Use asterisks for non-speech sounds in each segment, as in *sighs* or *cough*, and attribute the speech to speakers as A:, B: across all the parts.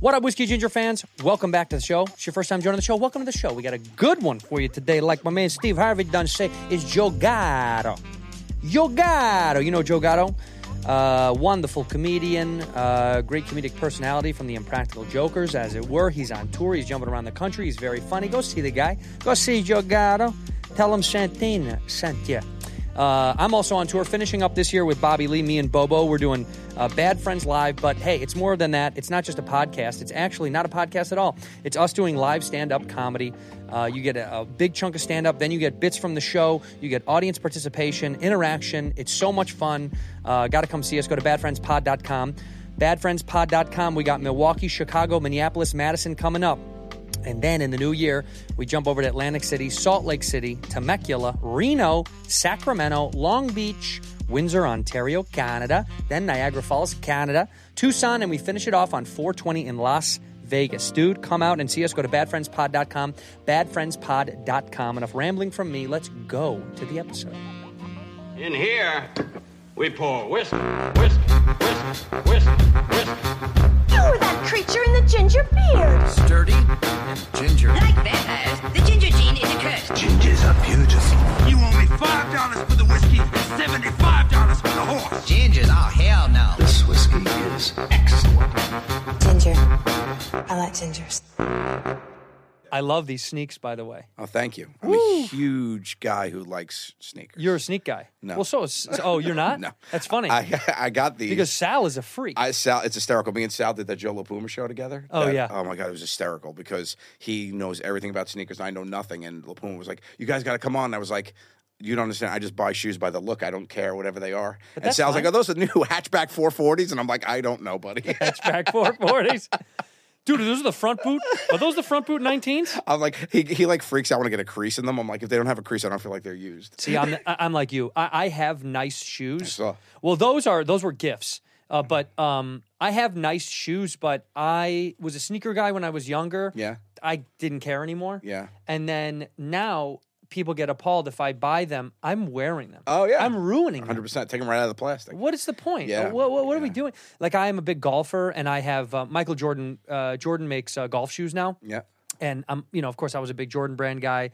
A: What up, Whiskey Ginger fans? Welcome back to the show. It's your first time joining the show. Welcome to the show. We got a good one for you today. Like my man Steve Harvey done say, it's Joe Gatto. Joe Gatto. You know Joe Gatto? Uh, wonderful comedian, uh, great comedic personality from the Impractical Jokers, as it were. He's on tour. He's jumping around the country. He's very funny. Go see the guy. Go see Joe Gatto. Tell him Santina sent you. Uh, I'm also on tour, finishing up this year with Bobby Lee, me and Bobo. We're doing uh, Bad Friends Live, but hey, it's more than that. It's not just a podcast. It's actually not a podcast at all. It's us doing live stand-up comedy. Uh, you get a, a big chunk of stand-up, then you get bits from the show. You get audience participation, interaction. It's so much fun. Uh, Got to come see us. Go to badfriendspod.com. Badfriendspod.com. We got Milwaukee, Chicago, Minneapolis, Madison coming up. And then in the new year, we jump over to Atlantic City, Salt Lake City, Temecula, Reno, Sacramento, Long Beach, Windsor, Ontario, Canada, then Niagara Falls, Canada, Tucson, and we finish it off on 420 in Las Vegas. Dude, come out and see us. Go to badfriendspod.com, badfriendspod.com. Enough rambling from me. Let's go to the episode.
B: In here, we pour whisk, whisk, whisk, whisk, whisk.
C: You were Oh, that creature in the ginger beard.
D: sturdy and ginger.
E: Like vampires, the ginger gene is a curse.
F: Gingers are beautiful.
G: You owe me five dollars for the whiskey and seventy-five dollars for the horse.
D: Gingers, oh hell no.
F: This whiskey is excellent.
H: Ginger. I like gingers.
A: I love these sneaks, by the way.
I: Oh, thank you. I'm a huge guy who likes sneakers.
A: You're a sneak guy.
I: No.
A: Well, so is. Oh, you're not?
I: *laughs* no,
A: That's funny.
I: I I got these
A: because Sal is a freak.
I: I Sal. It's hysterical. Me and Sal did that Joe LaPuma show together.
A: Oh,
I: That-
A: yeah.
I: Oh my god, it was hysterical because he knows everything about sneakers and I know nothing. And LaPuma was like, "You guys got to come on." And I was like. You don't understand. I just buy shoes by the look. I don't care, whatever they are. And
A: that's
I: Sal's
A: fine.
I: like, "Oh, those are new *laughs* hatchback 440s," and I'm like, "I don't know, buddy."
A: back 440s. Dude, are those the front boot? Are those the front boot 19s?
I: *laughs* I'm like, he, he like freaks out when I get a crease in them. I'm like, if they don't have a crease, I don't feel like they're used.
A: See, I'm I- I'm like you. I, I have nice shoes.
I: saw.
A: Well, those are those were gifts. Uh, but um, I have nice shoes. But I was a sneaker guy when I was younger.
I: Yeah.
A: I didn't care anymore.
I: Yeah.
A: And then now people get appalled if I buy them. I'm wearing them.
I: Oh, yeah.
A: I'm ruining them.
I: 100. percent Take them right out of the plastic.
A: What is the point?
I: Yeah.
A: What, what, what are we doing? Like, I am a big golfer, and I have uh, Michael Jordan. Uh, Jordan makes uh, golf shoes now.
I: Yeah.
A: and I'm, you know, of course, I was a big Jordan Brand guy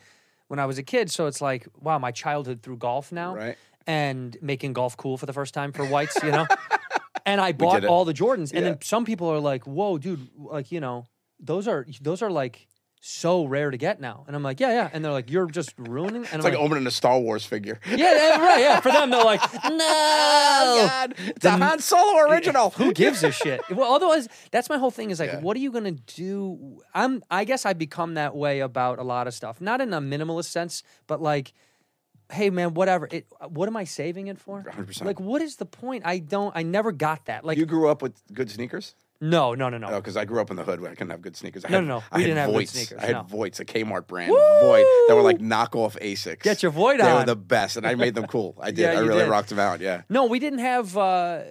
A: when I was a kid. So it's like, wow, my childhood through golf now,
I: Right.
A: And making golf cool for the first time for whites, you
I: *laughs*
A: know. and I bought
I: did it.
A: all the Jordans, and
I: Yeah.
A: then some people are like, "Whoa, dude! Like, you know, those are those are like so rare to get now." And I'm like, "Yeah, yeah," and they're like, "You're just ruining." And
I: It's
A: I'm
I: like opening a Star Wars figure. *laughs*
A: "Yeah, yeah, right, yeah." For them, they're like, "No."
I: Oh God, it's a Han Solo original.
A: Who
I: *laughs*
A: gives a shit? *laughs* Well, otherwise, that's my whole thing. Is like,
I: Yeah.
A: what are you gonna do? I'm. I guess I become that way about a lot of stuff. Not in a minimalist sense, but like, hey man, whatever. It. What am I saving it for?
I: 100%.
A: Like, what is the point? I don't. I never got that. Like,
I: You grew up with good sneakers?
A: no, no, no, no.
I: No, because I grew up in the hood where I couldn't have good sneakers. I
A: No,
I: had,
A: no, no.
I: I
A: We
I: had
A: didn't have good
I: Voights.
A: sneakers,
I: I had
A: no.
I: Voights, a Kmart brand, Voight, that were like knockoff Asics.
A: Get your Voight
I: They
A: on.
I: were the best, and I made them cool.
A: *laughs*
I: I did.
A: Yeah,
I: I
A: you
I: really
A: did.
I: rocked them out. Yeah.
A: No, we didn't have. Uh,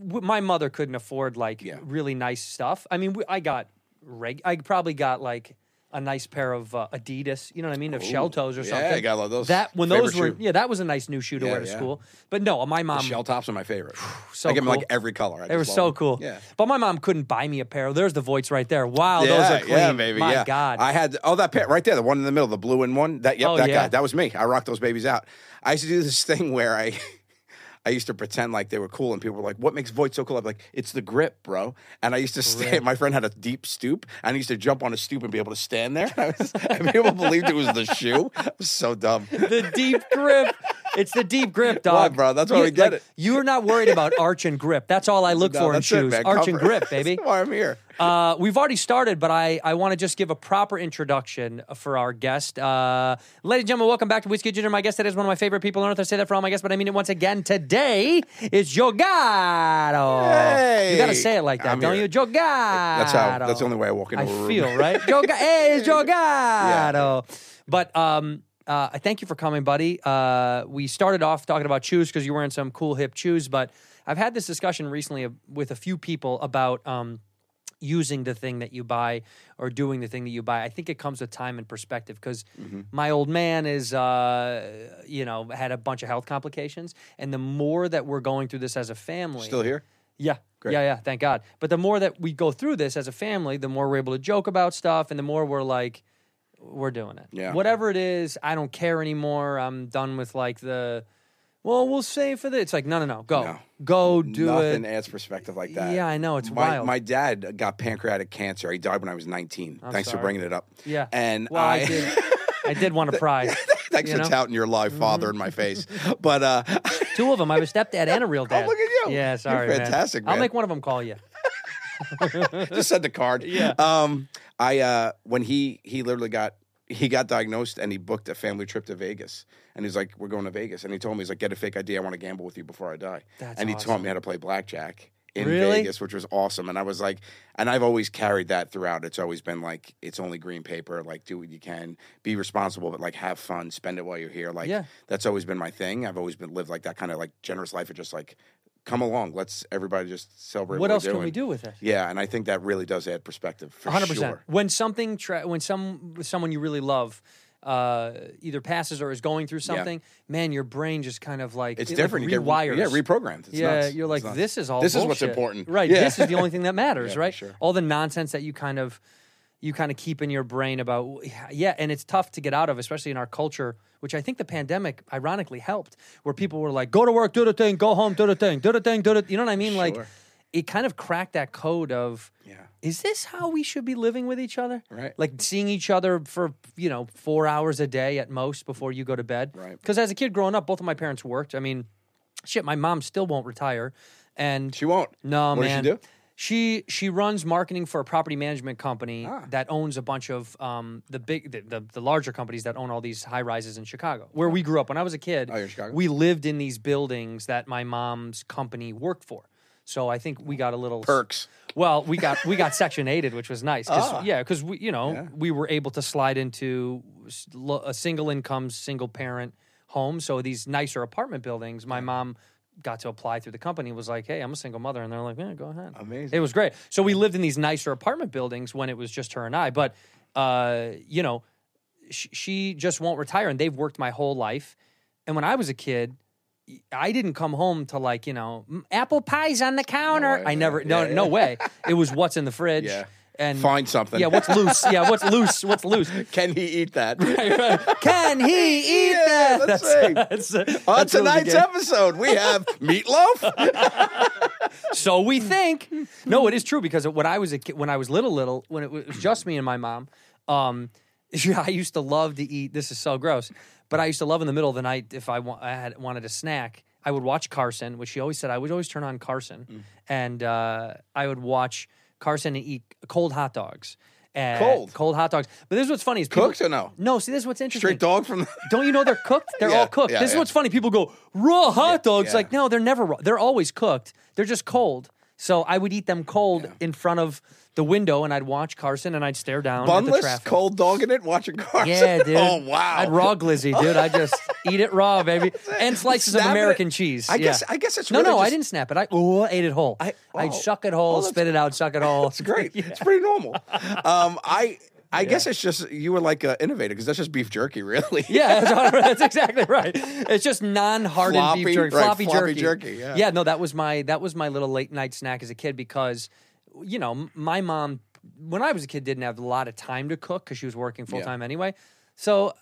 A: w- my mother couldn't afford like
I: Yeah.
A: really nice stuff. I mean, we, I got reg. I probably got like a nice pair of uh, Adidas. You know what I mean? Of shell toes or
I: Yeah,
A: something.
I: I gotta love those.
A: That when
I: Favorite
A: those were
I: shoe.
A: yeah, that was a nice new shoe to
I: Yeah,
A: wear to
I: yeah.
A: school. But no, my mom.
I: Shell tops are my favorite.
A: Um, *sighs* So
I: I get them
A: cool.
I: like every color. I
A: They were
I: just love
A: so
I: them.
A: cool.
I: Yeah.
A: But my mom couldn't buy me a pair. There's the voids right there. Wow,
I: yeah,
A: those are clean.
I: yeah, baby.
A: My
I: yeah.
A: God.
I: I had oh that pair right there, the one in the middle, the blue and one. That yep,
A: Oh,
I: that
A: yeah.
I: guy. That was me. I rocked those babies out. I used to do this *laughs* thing where I I used to pretend like they were cool, and people were like, "What makes Voight so cool?" I'm like, "It's the grip, bro." And I used to stand. My friend had a deep stoop, and I used to jump on a stoop and be able to stand there. *laughs* And, I was, and people believed it was the shoe. It was so dumb.
A: *laughs* the deep grip. It's the deep grip, dog.
I: bro? That's why
A: You-
I: we get it.
A: You're not worried about arch and grip. That's all I look
I: *laughs* No,
A: for in
I: that's it,
A: shoes.
I: man.
A: arch and
I: Comfort.
A: grip, baby.
I: *laughs* That's why I'm here.
A: Uh, we've already started, but I, I want to just give a proper introduction for our guest. Uh, ladies and gentlemen, welcome back to Whiskey Ginger. My guest today is one of my favorite people on earth. I say that for all my guests, but I mean it once again. Today is Jogado.
I: Hey!
A: You got to say it like that,
I: I'm
A: don't
I: here.
A: you? Jogado. That's
I: how- that's the only way I walk into
A: I
I: a room.
A: feel, right?
I: *laughs*
A: Joga- hey, it's Jogado. But um, uh, I thank you for coming, buddy. Uh, we started off talking about shoes because you're wearing some cool hip shoes, but I've had this discussion recently of- with a few people about um, using the thing that you buy or doing the thing that you buy. I think it comes with time and perspective because
I: Mm-hmm.
A: my old man is, uh, you know, had a bunch of health complications, and the more that we're going through this as a family,
I: Still here?
A: yeah.
I: Great.
A: Yeah, yeah, thank God. But the more that we go through this as a family, the more we're able to joke about stuff and the more we're like, we're doing it.
I: Yeah.
A: Whatever it is, I don't care anymore. I'm done with like the, well, we'll save for this. It's like, no, no, no, go.
I: No.
A: Go do
I: Nothing
A: it.
I: adds perspective like that.
A: Yeah, I know, it's
I: my,
A: wild.
I: My dad got pancreatic cancer. He died when I was 19. Thanks
A: sorry.
I: for bringing it up.
A: yeah.
I: And
A: well, I, did. I did want a prize.
I: *laughs* Thanks
A: you
I: for
A: know? Mm-hmm.
I: touting your live father in my face. But uh,
A: *laughs* Two of them. I was stepdad
I: *laughs*
A: and a real dad.
I: Oh, look at you.
A: Yeah,
I: You're
A: sorry.
I: fantastic,
A: I'll
I: man.
A: make one of them call you.
I: *laughs* just send the card.
A: Yeah.
I: Um, I uh, when he he literally got he got diagnosed and he booked a family trip to Vegas. And he's like, "We're going to Vegas." And he told me, "He's like, get a fake ID. I want to gamble with you before I die."
A: That's
I: and he
A: awesome.
I: taught me how to play blackjack in
A: Really?
I: Vegas, which was awesome. And I was like, and I've always carried that throughout. It's always been like, it's only green paper. Like, do what you can, be responsible, but like have fun, spend it while you're here. Like,
A: Yeah.
I: that's always been my thing. I've always been lived like that kind of like generous life of just like. Come along, let's everybody just celebrate.
A: What
I: we're
A: else can we
I: doing.
A: do with it?
I: Yeah, and I think that really does add perspective for
A: 100%.
I: sure.
A: When something, tra- when some, someone you really love, uh, either passes or is going through something, man, your brain just kind of like
I: It's
A: it, like,
I: different. You get re-
A: rewires.
I: yeah, reprogrammed. It's
A: yeah,
I: nuts.
A: you're like
I: It's nuts.
A: this is all.
I: This is what's
A: bullshit."
I: important.
A: right?
I: Yeah.
A: This is the only
I: *laughs*
A: thing that matters,
I: Yeah, for
A: right?
I: sure.
A: All the nonsense that you kind of, you kind of keep in your brain about, yeah, and it's tough to get out of, especially in our culture, which I think the pandemic ironically helped, where people were like, "Go to work, do the thing, go home, do the thing, do the thing, do the," you know what I mean? Like,
I: Sure.
A: it kind of cracked that code of
I: Yeah.
A: is this how we should be living with each other?
I: Right.
A: Like seeing each other for, you know, four hours a day at most before you go to bed.
I: Right.
A: Because as a kid growing up, both of my parents worked. I mean, shit, my mom still won't retire. And
I: She won't.
A: no,
I: what
A: man.
I: does she do?
A: She she runs marketing for a property management company that owns a bunch of um, the big the, the, the larger companies that own all these high rises in Chicago, where we grew up. When I was a kid,
I: Oh, you're in Chicago?
A: we lived in these buildings that my mom's company worked for. So I think we got a little
I: Perks. Ah.
A: Well, we got we got section eighted, which was nice. 'cause- Yeah, because we you know we were able to slide into s- lo- a single income, single parent home. So these nicer apartment buildings, my mom got to apply through the company. Was like, hey, I'm a single mother, and they're like, yeah, go ahead.
I: Amazing.
A: It was great. So we lived in these nicer apartment buildings when it was just her and I. But uh, you know, sh- she just won't retire, and they've worked my whole life. And when I was a kid, I didn't come home to like you know "Mm, apple pies on the counter.
I: way,
A: I
I: yeah,
A: never no
I: yeah,
A: no
I: *laughs*
A: way. It was what's in the fridge.
I: Yeah.
A: And
I: Find something.
A: Yeah, what's loose? Yeah,
I: *laughs*
A: what's loose? What's loose?
I: Can he eat that?
A: *laughs* Can he eat
I: Yeah,
A: that?
I: let's
A: *laughs*
I: see.
A: that's, that's
I: On
A: really good.
I: tonight's episode,
A: *laughs*
I: we have meatloaf.
A: so we think. No, it is true because when I was a kid, when I was little, little, when it was just me and my mom, um, *laughs* yeah, I used to love to eat. This is so gross, but I used to love in the middle of the night if I, wa- I had wanted a snack. I would watch Carson, which she always said I would always turn on Carson,
I: Mm.
A: and uh, I would watch Carson and eat cold hot dogs. And
I: Cold?
A: cold hot dogs. But this is what's funny is people-
I: Cooked or no?
A: No, see, this is what's interesting.
I: Straight dog from. The-
A: *laughs* Don't you know they're cooked? They're
I: Yeah,
A: all cooked.
I: yeah,
A: this is
I: yeah.
A: what's funny. People go raw hot dogs.
I: yeah.
A: Like no, they're never raw. They're always cooked. They're just cold. So I would eat them cold in front of the window, and I'd watch Carson, and I'd stare down at the
I: Bunless,
A: traffic.
I: cold dog in it, watching cars. *laughs*
A: Yeah, dude.
I: Oh wow.
A: I'd raw glizzy, dude. I
I: *laughs*
A: just eat it raw, baby, and slices of
I: Snapping it.
A: American cheese.
I: I
A: Yeah.
I: guess- I guess it's
A: no,
I: really
A: no. I
I: just-
A: didn't snap it. I ooh, ate it whole. I,
I: I-
A: would
I: oh.
A: suck it whole,
I: Oh, *laughs* that's-
A: spit it out, suck it whole. *laughs*
I: It's great. It's pretty normal. Um, I I guess it's just you were like uh, innovative because that's just beef jerky, really.
A: Yeah, *laughs* that's, that's exactly right. It's just non-hardened beef
I: Floppy,
A: jerky,
I: right,
A: floppy,
I: floppy
A: jerky.
I: jerky, yeah.
A: no, that was my that was my little late night snack as a kid because, you know, m- my mom when I was a kid didn't have a lot of time to cook because she was working full time anyway. So, uh,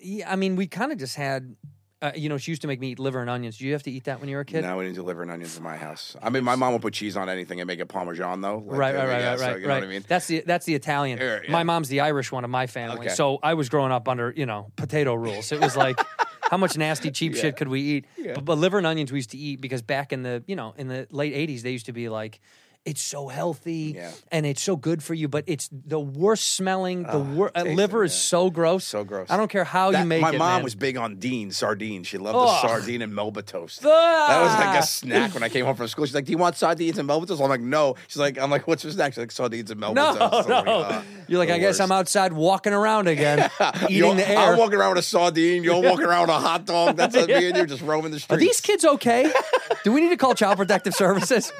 A: yeah, I mean, we kind of just had, uh, you know, she used to make me eat liver and onions. Did you have to eat that when you were a kid?
I: No, we didn't do liver and onions in my house. I mean, my mom will put cheese on anything and make it Parmesan, though. Like,
A: Right, right, right,
I: yeah,
A: right,
I: so
A: right.
I: you know
A: right.
I: what I mean?
A: That's the that's the Italian.
I: Yeah, yeah.
A: My mom's the Irish one of my family,
I: Okay.
A: so I was growing up under you know potato rules. It was
I: *laughs*
A: like how much nasty cheap shit could we eat? But, but liver and onions we used to eat because back in the you know in the late '80s they used to be like. It's so healthy
I: Yeah.
A: and it's so good for you, but it's the worst smelling. The wor- uh,
I: tasty,
A: liver is
I: Ah, yeah.
A: so gross.
I: So gross.
A: I don't care how
I: That-
A: you make
I: my
A: it.
I: mom
A: man.
I: was *laughs* big on Dean sardines. She loved
A: Ugh.
I: the sardine and Melba toast. That was like
A: Ah.
I: a snack when I came home from school. She's like, "Do you want sardines and Melba toast?" I'm like, "No." She's like, "I'm like, what's your snack?" She's like, "Sardines and Melba
A: No,
I: toast." I'm
A: no.
I: "Ah,
A: You're like,
I: the
A: I guess I'm
I: worst."
A: outside walking around
I: *laughs*
A: again,
I: You're-
A: eating the air.
I: I'm walking around with a sardine.
A: *laughs*
I: You're walking around with a hot dog. That's us, me and you just roaming the
A: Are
I: streets.
A: these kids okay? Do we need to call Child Protective Services?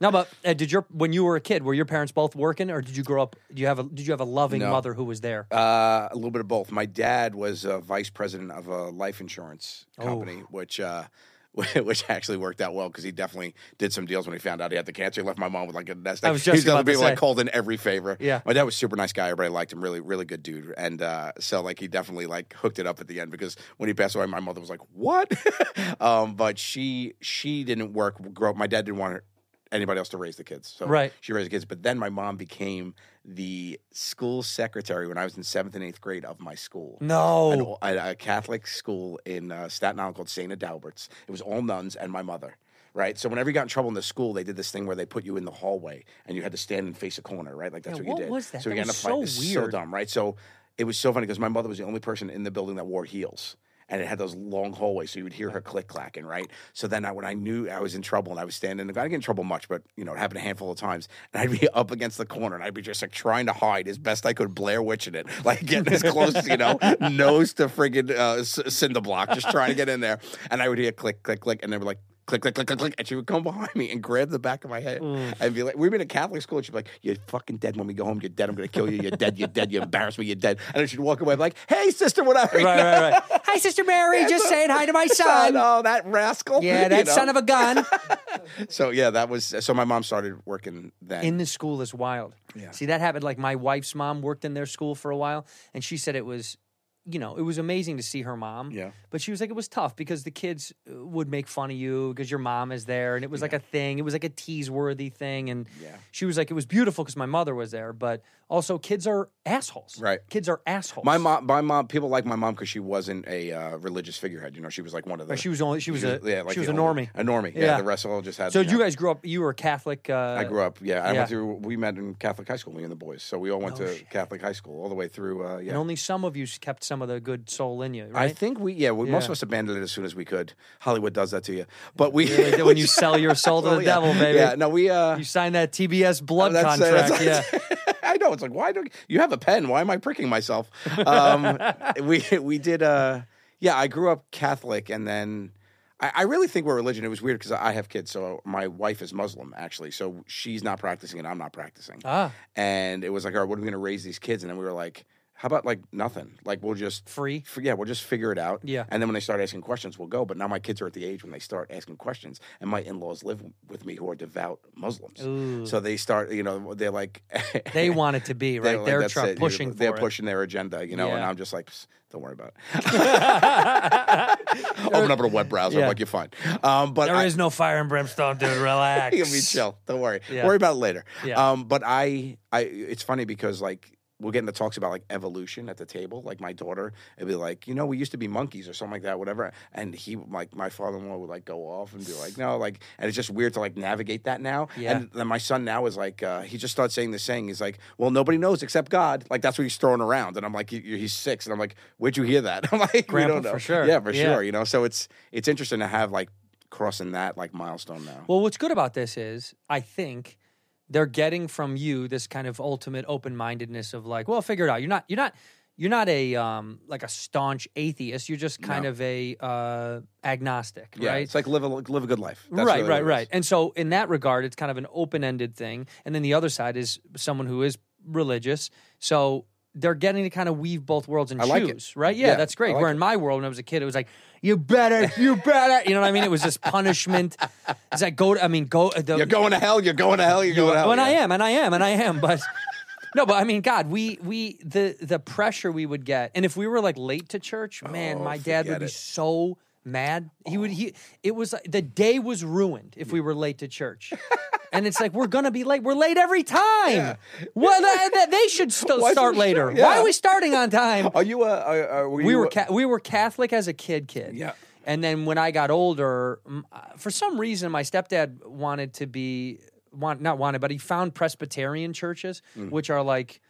A: No, but uh, did your when you were a kid, were your parents both working, or did you grow up? Do you have a did you have a loving
I: No.
A: mother who was there?
I: Uh, a little
A: Oh.
I: bit of both. My dad was a vice president of a life insurance company, which uh, *laughs* which actually worked out well because he definitely did some deals when he found out he had the cancer. He left my mom with like a nest egg.
A: I was
I: He
A: just
I: definitely
A: about to
I: being, like
A: say.
I: called in every favor.
A: Yeah.
I: my dad was a super nice guy. Everybody liked him. Really, really good dude. And uh, so like he definitely like hooked it up at the end because when he passed away, my mother was like, "What?" *laughs* um, but she she didn't work. Grow up. My dad didn't want her, anybody else to raise the kids. So
A: Right.
I: she raised the kids. But then my mom became the school secretary when I was in seventh and eighth grade of my school an
A: No.
I: o- at a Catholic school in uh, Staten Island called St. Adalbert's. It was all nuns and my mother. Right. So whenever you got in trouble in the school, they did this thing where they put you in the hallway and you had to stand and face a corner. Right. Like that's
A: Yeah,
I: what you
A: what
I: did.
A: was that?
I: So
A: That
I: you
A: was
I: in a
A: so
I: fight. It's So
A: weird.
I: dumb. Right. So it was so funny because my mother was the only person in the building that wore heels. And it had those long hallways, so you would hear her click clacking, right? So then, I, when I knew I was in trouble, and I was standing, I didn't get in trouble much, but you know, it happened a handful of times. And I'd be *laughs* up against the corner, and I'd be just like trying to hide as best I could, Blair Witching it, *laughs* like getting as close, you know, nose to friggin' uh, c- cinder block, just trying to get in there. And I would hear click, click, click, and they were like. Click, click, click, click, click, and she would come *laughs* behind me and grab the back of my head
A: Mm.
I: and be like, "We've been in a Catholic school." And she'd be like, "You're fucking dead. When we go home, you're dead. I'm gonna kill you. You're dead. You're dead. You embarrass me. You're dead." And then she'd walk away like, "Hey, sister, what up?" *laughs*
A: Right, right, right. Hi, Sister Mary. Just saying hi to my son.
I: Oh, that rascal. *laughs*
A: Yeah, that son of a gun.
I: a. So yeah, that was. So my mom started working then.
A: in the school is wild. See, that happened. Like my wife's mom worked in their school for a while, and she said it was, you know, it was amazing to see her mom.
I: Yeah.
A: But she was like, it was tough because the kids uh, would make fun of you because your mom is there, and it was like a thing. It was like a tease worthy thing, and
I: Yeah.
A: she was like, it was beautiful because my mother was there, but also kids are assholes.
I: Right.
A: Kids are assholes.
I: my mom, my mom, people like my mom because she wasn't a uh, religious figurehead. You know, she was like one of the.
A: Or she was only. She was a. she was
I: the
A: a
I: only-
A: normie.
I: A normie. Yeah,
A: Yeah.
I: the rest of all just had.
A: So
I: know,
A: you guys grew up. You were Catholic. Uh,
I: I grew up. Yeah,
A: yeah.
I: I went through. We met in Catholic high school, me and the boys. So we all went
A: No
I: to
A: shit.
I: Catholic high school all the way through. Uh, yeah.
A: And only some of you kept some of the good soul in you,
I: I
A: right?
I: think we, yeah, we, most
A: Yeah.
I: of us abandoned it as soon as we could. Hollywood does that to you, but *laughs* we
A: Like that when you sell your soul to the
I: Oh, yeah.
A: devil, baby.
I: Yeah, no, we. Uh,
A: You sign that TBS blood
I: That's- uh, that's-
A: contract. yeah.
I: *laughs* I know. It's like, why do you have a pen? Why am I pricking myself?
A: *laughs*
I: Um, we we did. Uh, yeah, I grew up Catholic, and then I, I really think we're religion. It was weird because I have kids, so my wife is Muslim actually, so she's not practicing, and I'm not practicing.
A: *laughs* Ah,
I: And it was like, all right, what are we going to raise these kids? And then we were like, how about like nothing? Like we'll just
A: free.
I: f- yeah, we'll just figure it out.
A: Yeah.
I: And then when they start asking questions, we'll go. But now my kids are at the age when they start asking questions, and my in-laws live with me who are devout Muslims.
A: Ooh.
I: So they start, you know, they're like, *laughs*
A: They want it to be, right?
I: like,
A: They're,
I: "That's
A: try-
I: it."
A: pushing for
I: They're
A: it. *laughs*
I: pushing their agenda, you know. And
A: Yeah.
I: I'm just like, "Psst, don't worry about it. *laughs* Open up a web browser,
A: Yeah.
I: like you're fine. Um, but
A: There
I: I-
A: is no fire and brimstone, dude. Relax.
I: *laughs* You'll be chill. Don't worry.
A: Yeah.
I: Worry about it later.
A: Yeah.
I: Um, but I, I, it's funny because like we'll get into talks about like evolution at the table. Like my daughter, it'd be like, you know, we used to be monkeys or something like that, whatever. And he, like my father-in-law, would like go off and be like, no, like, and it's just weird to like navigate that now.
A: Yeah.
I: And then my son now is like, uh, he just starts saying this saying. He's like, well, nobody knows except God. Like that's what he's throwing around. And I'm like, he, he's six. And I'm like, where'd you hear that? *laughs* I'm like, we
A: Grandpa,
I: don't know.
A: for sure.
I: Yeah, for
A: Yeah.
I: sure. You know, so it's it's interesting to have like crossing that like milestone now.
A: Well, what's good about this is, I think they're getting from you this kind of ultimate open-mindedness of like, well, figure it out. You're not, you're not, you're not a um like a staunch atheist. You're just kind
I: No.
A: of a uh agnostic,
I: Yeah,
A: right?
I: it's like live a live a good life. That's
A: right,
I: really
A: right,
I: what it
A: right.
I: is.
A: And so, in that regard, it's kind of an open ended thing. And then the other side is someone who is religious. So they're getting to kind of weave both worlds and
I: I like it.
A: choose, right? Yeah,
I: Yeah,
A: that's
I: I
A: great.
I: like
A: Where in my world, when I was a kid, it was like, you better, you better. You know what I mean? It was this
I: *laughs*
A: punishment. It's like, go, to, I mean, go. The,
I: You're going to hell. You're going to hell. You're going to hell.
A: well, and I
I: yeah.
A: am, and I am, and I am, but. *laughs* No, but I mean, God, we we the the pressure we would get, and if we were like late to church, man, my dad would
I: Oh, forget
A: be
I: it.
A: so mad. He would he. It was like the day was ruined if we were late to
I: *laughs*
A: church, and it's like we're gonna be late. We're late every time. Well, that, that- they should still
I: Why
A: start
I: should we
A: later.
I: start? Yeah.
A: Why are we starting on time?
I: Are you a? Are, are, were
A: we
I: you uh,
A: were
I: a-
A: ca- we were Catholic as a kid, kid.
I: Yeah.
A: And then when I got older, m- uh, for some reason, my stepdad wanted to be want not wanted, but he found Presbyterian churches, which are like.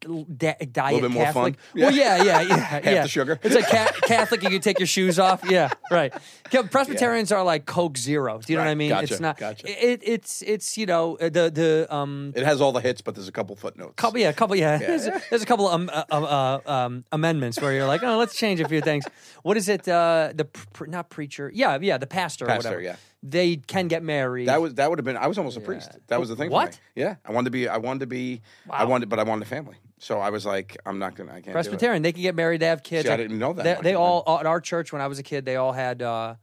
A: d- Di- diet
I: Mm. bit more
A: Catholic.
I: fun.
A: Well, yeah, yeah,
I: *laughs*
A: yeah, Half yeah.
I: the sugar.
A: It's like ca- Catholic. You can take your shoes
I: *laughs*
A: off. Yeah, right. Yeah, Presbyterians are like Coke Zero. Do you know what I
I: Right.
A: mean?
I: Gotcha,
A: It's not.
I: gotcha.
A: It, it's it's you know uh, the the um
I: It has all the hits, but there's a couple footnotes.
A: couple, yeah, a couple, yeah. There's, a, there's a couple of um, uh, uh, uh, um, amendments where you're like, oh, let's change a few things. What is it? Uh, the pr- not preacher, yeah, yeah, the pastor,
I: Pastor,
A: or whatever.
I: yeah.
A: They can get married.
I: That was that would have been. I was almost a priest. That was the thing. for
A: What?
I: me. Yeah, I wanted to be. I wanted to be. I wanted, but I wanted a family. So I was like, I'm not gonna. I can't. do it.
A: Presbyterian. They can get married. They have kids.
I: See, I
A: Like,
I: didn't know that
A: They,
I: much.
A: they all at our church when I was a kid. They all had. Uh,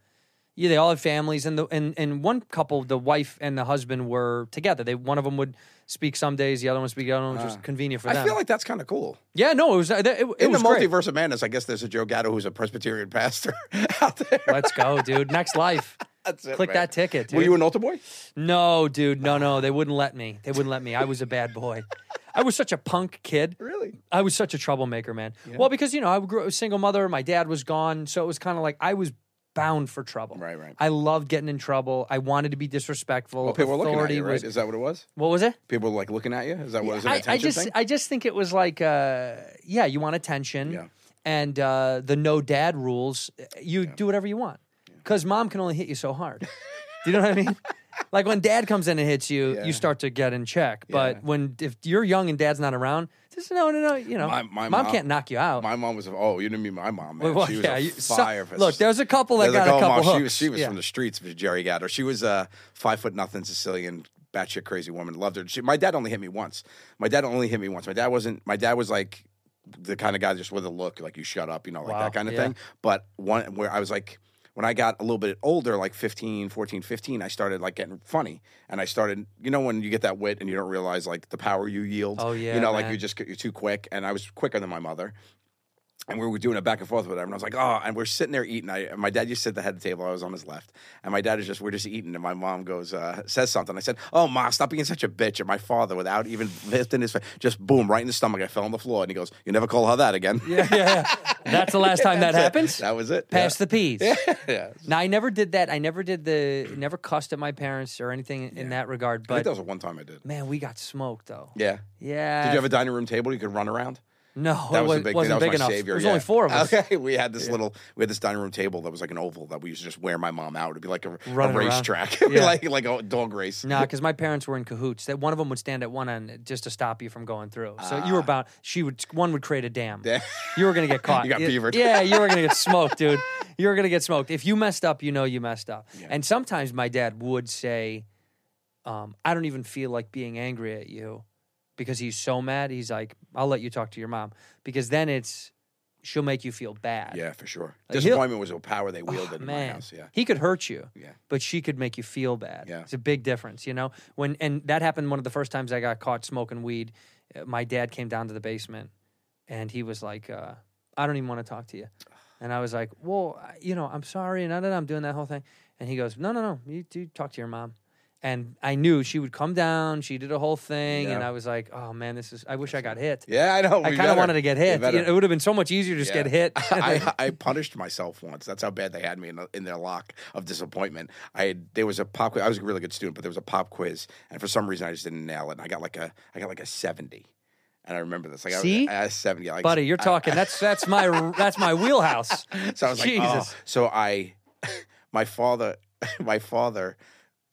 A: Yeah, they all had families, and the and, and one couple, the wife and the husband were together. They one of them would speak some days, the other one would speak the other one, which was convenient for them.
I: Ah. I feel like that's kind of cool.
A: yeah, no, it was uh, it, it, it
I: In the
A: was great.
I: multiverse of madness, I guess there's a Joe Gatto who's a Presbyterian pastor *laughs* out there.
A: Let's go, dude. Next
I: *laughs*
A: life.
I: That's it,
A: Click
I: man.
A: that ticket. Dude.
I: Were you an altar boy?
A: No, dude, no, no, they wouldn't let me. They wouldn't let me. I was a bad boy. I was such a punk kid.
I: Really?
A: I was such a troublemaker, man. Well, because you know, I grew up a single mother. My dad was gone, so it was kind of like I was bound for trouble.
I: Right, right.
A: I loved getting in trouble. I wanted to be disrespectful.
I: Well, people were looking at
A: Authority
I: you, right?
A: was-
I: Is that what it was?
A: what was it?
I: People were like looking at you. Is that what it was an
A: I, I
I: attention
A: just,
I: thing?
A: I just think it was like, uh, yeah, you want attention,
I: Yeah.
A: and uh, the no dad rules. uh, You do whatever you want because mom can only hit you so hard. do you know what I
I: *laughs*
A: mean? Like when dad comes in and hits you,
I: Yeah.
A: you start to get in check. But when if you're young and dad's not around, just no, no, no. You know,
I: My- my
A: mom,
I: mom-
A: can't knock you out.
I: my mom was. Oh, you didn't mean my mom. Man.
A: Well,
I: she was
A: yeah,
I: a
A: you- so-
I: fire. fest.
A: look, there's a couple that
I: There's
A: got a couple
I: mom. She
A: hooks.
I: was. She was
A: Yeah.
I: from the streets. Was Jerry Gatto. She was a five foot nothing Sicilian batshit crazy woman. Loved her. She, my dad only hit me once. My dad only hit me once. My dad wasn't. My dad was like the kind of guy just with a look, like you shut up, you know, like
A: Wow,
I: that kind of
A: yeah.
I: thing. But one where I was like. When I got a little bit older, like 15, 14, 15, I started like getting funny. And I started, you know, when you get that wit and you don't realize like the power you yield.
A: Oh, yeah,
I: You know, like
A: man.
I: you just get, you're too quick. And I was quicker than my mother and we were doing it back and forth, whatever. And I was like, oh, and we're sitting there eating. I, and my dad used to sit at the head of the table. I was on his left. And my dad is just, we're just eating. And my mom goes, uh, says something. I said, oh, Ma, stop being such a bitch. And my father, without even lifting his face, just boom, right in the stomach. I fell on the floor. And he goes, you never call her that again.
A: *laughs* yeah, yeah, yeah. That's the last time that happens.
I: *laughs* that was it.
A: Pass
I: yeah.
A: the
I: *laughs*
A: peas. Now I never did that. I never did the never cussed at my parents or anything in that regard.
I: I think
A: But
I: that was the one time I did.
A: man, we got smoked though.
I: Yeah.
A: Yeah.
I: Did you have a dining room table you could run around?
A: No, it
I: That was
A: was,
I: a big
A: wasn't
I: thing. That was
A: big
I: my
A: enough.
I: savior.
A: There was
I: yeah.
A: only four of us.
I: Okay, we had this little, we had this dining room table that was like an oval that we used to just wear my mom out. It'd be like a, a
A: Running around.
I: racetrack, *laughs* It'd be
A: Yeah.
I: like like a dog race.
A: Nah, because my parents were in cahoots. That one of them would stand at one end just to stop you from going through. So you were about she would one would create a dam. You were gonna get caught.
I: Ah. *laughs* You got
A: Yeah-
I: beavered.
A: Yeah, you were gonna get smoked, dude. You were gonna get smoked. If you messed up, you know you messed up. And sometimes my dad would say, um, "I don't even feel like being angry at you," because he's so mad. He's like, "I'll let you talk to your mom," because then it's she'll make you feel bad.
I: Yeah, for sure.
A: Like, he'll- Oh,
I: Disappointment was a power they wielded in my
A: man,
I: house. Yeah.
A: he could hurt you,
I: Yeah.
A: but she could make you feel bad.
I: Yeah.
A: it's a big difference, you know. When and that happened one of the first times I got caught smoking weed. uh, My dad came down to the basement, and he was like, uh, "I don't even want to talk to you," and I was like, "Well, I- you know, I'm sorry," and I, I'm doing that whole thing, and he goes, "No, no, no, you do talk to your mom." And I knew she would come down. She did a whole thing, and
I: Yeah.
A: I was like, "Oh man, this is." I wish I got hit.
I: Yeah, I know.
A: I kind
I: we
A: of
I: better.
A: wanted to get
I: We
A: hit.
I: better.
A: It would have been so much easier to just
I: Yeah.
A: get hit. *laughs*
I: *laughs* I, I punished myself once. That's how bad they had me in, the, in their lock of disappointment. I had, there was a pop quiz. I was a really good student, but there was a pop quiz, and for some reason I just didn't nail it. And I got like a I got like a seventy, and I remember this. Like
A: See?
I: I, was- I was seventy. Like,
A: buddy. You're
I: I-
A: talking. that's that's my that's my wheelhouse.
I: *laughs* So I was like, oh.
A: Jesus.
I: So I, *laughs* my father, *laughs* my father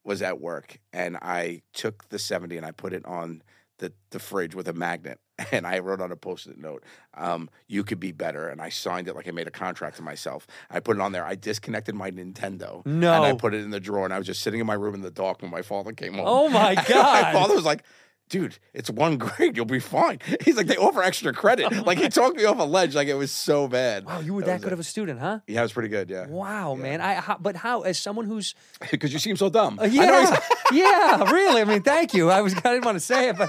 I: was at work, and I took the seventy and I put it on the the fridge with a magnet, *laughs* and I wrote on a post-it note, um, "You could be better," and I signed it like I made a contract to myself. I put it on there. I disconnected my Nintendo,
A: No.
I: and I put it in the drawer, and I was just sitting in my room in the dark when my father came home.
A: Oh,
I: *laughs*
A: my
I: my
A: God.
I: father was like. Dude, it's one *laughs* grade. You'll be fine. *laughs* He's like, they offer
A: *laughs*
I: extra credit. like, he talked me off a ledge. Like, it was so bad.
A: Oh Wow, you were that good of a student, huh?
I: Yeah, it was pretty good. Yeah. *laughs*
A: Wow, man. I how, but how as someone who's
I: Because you seem so dumb. I know
A: Uh, yeah
I: he's-
A: yeah really I mean thank you I was I didn't want to say it but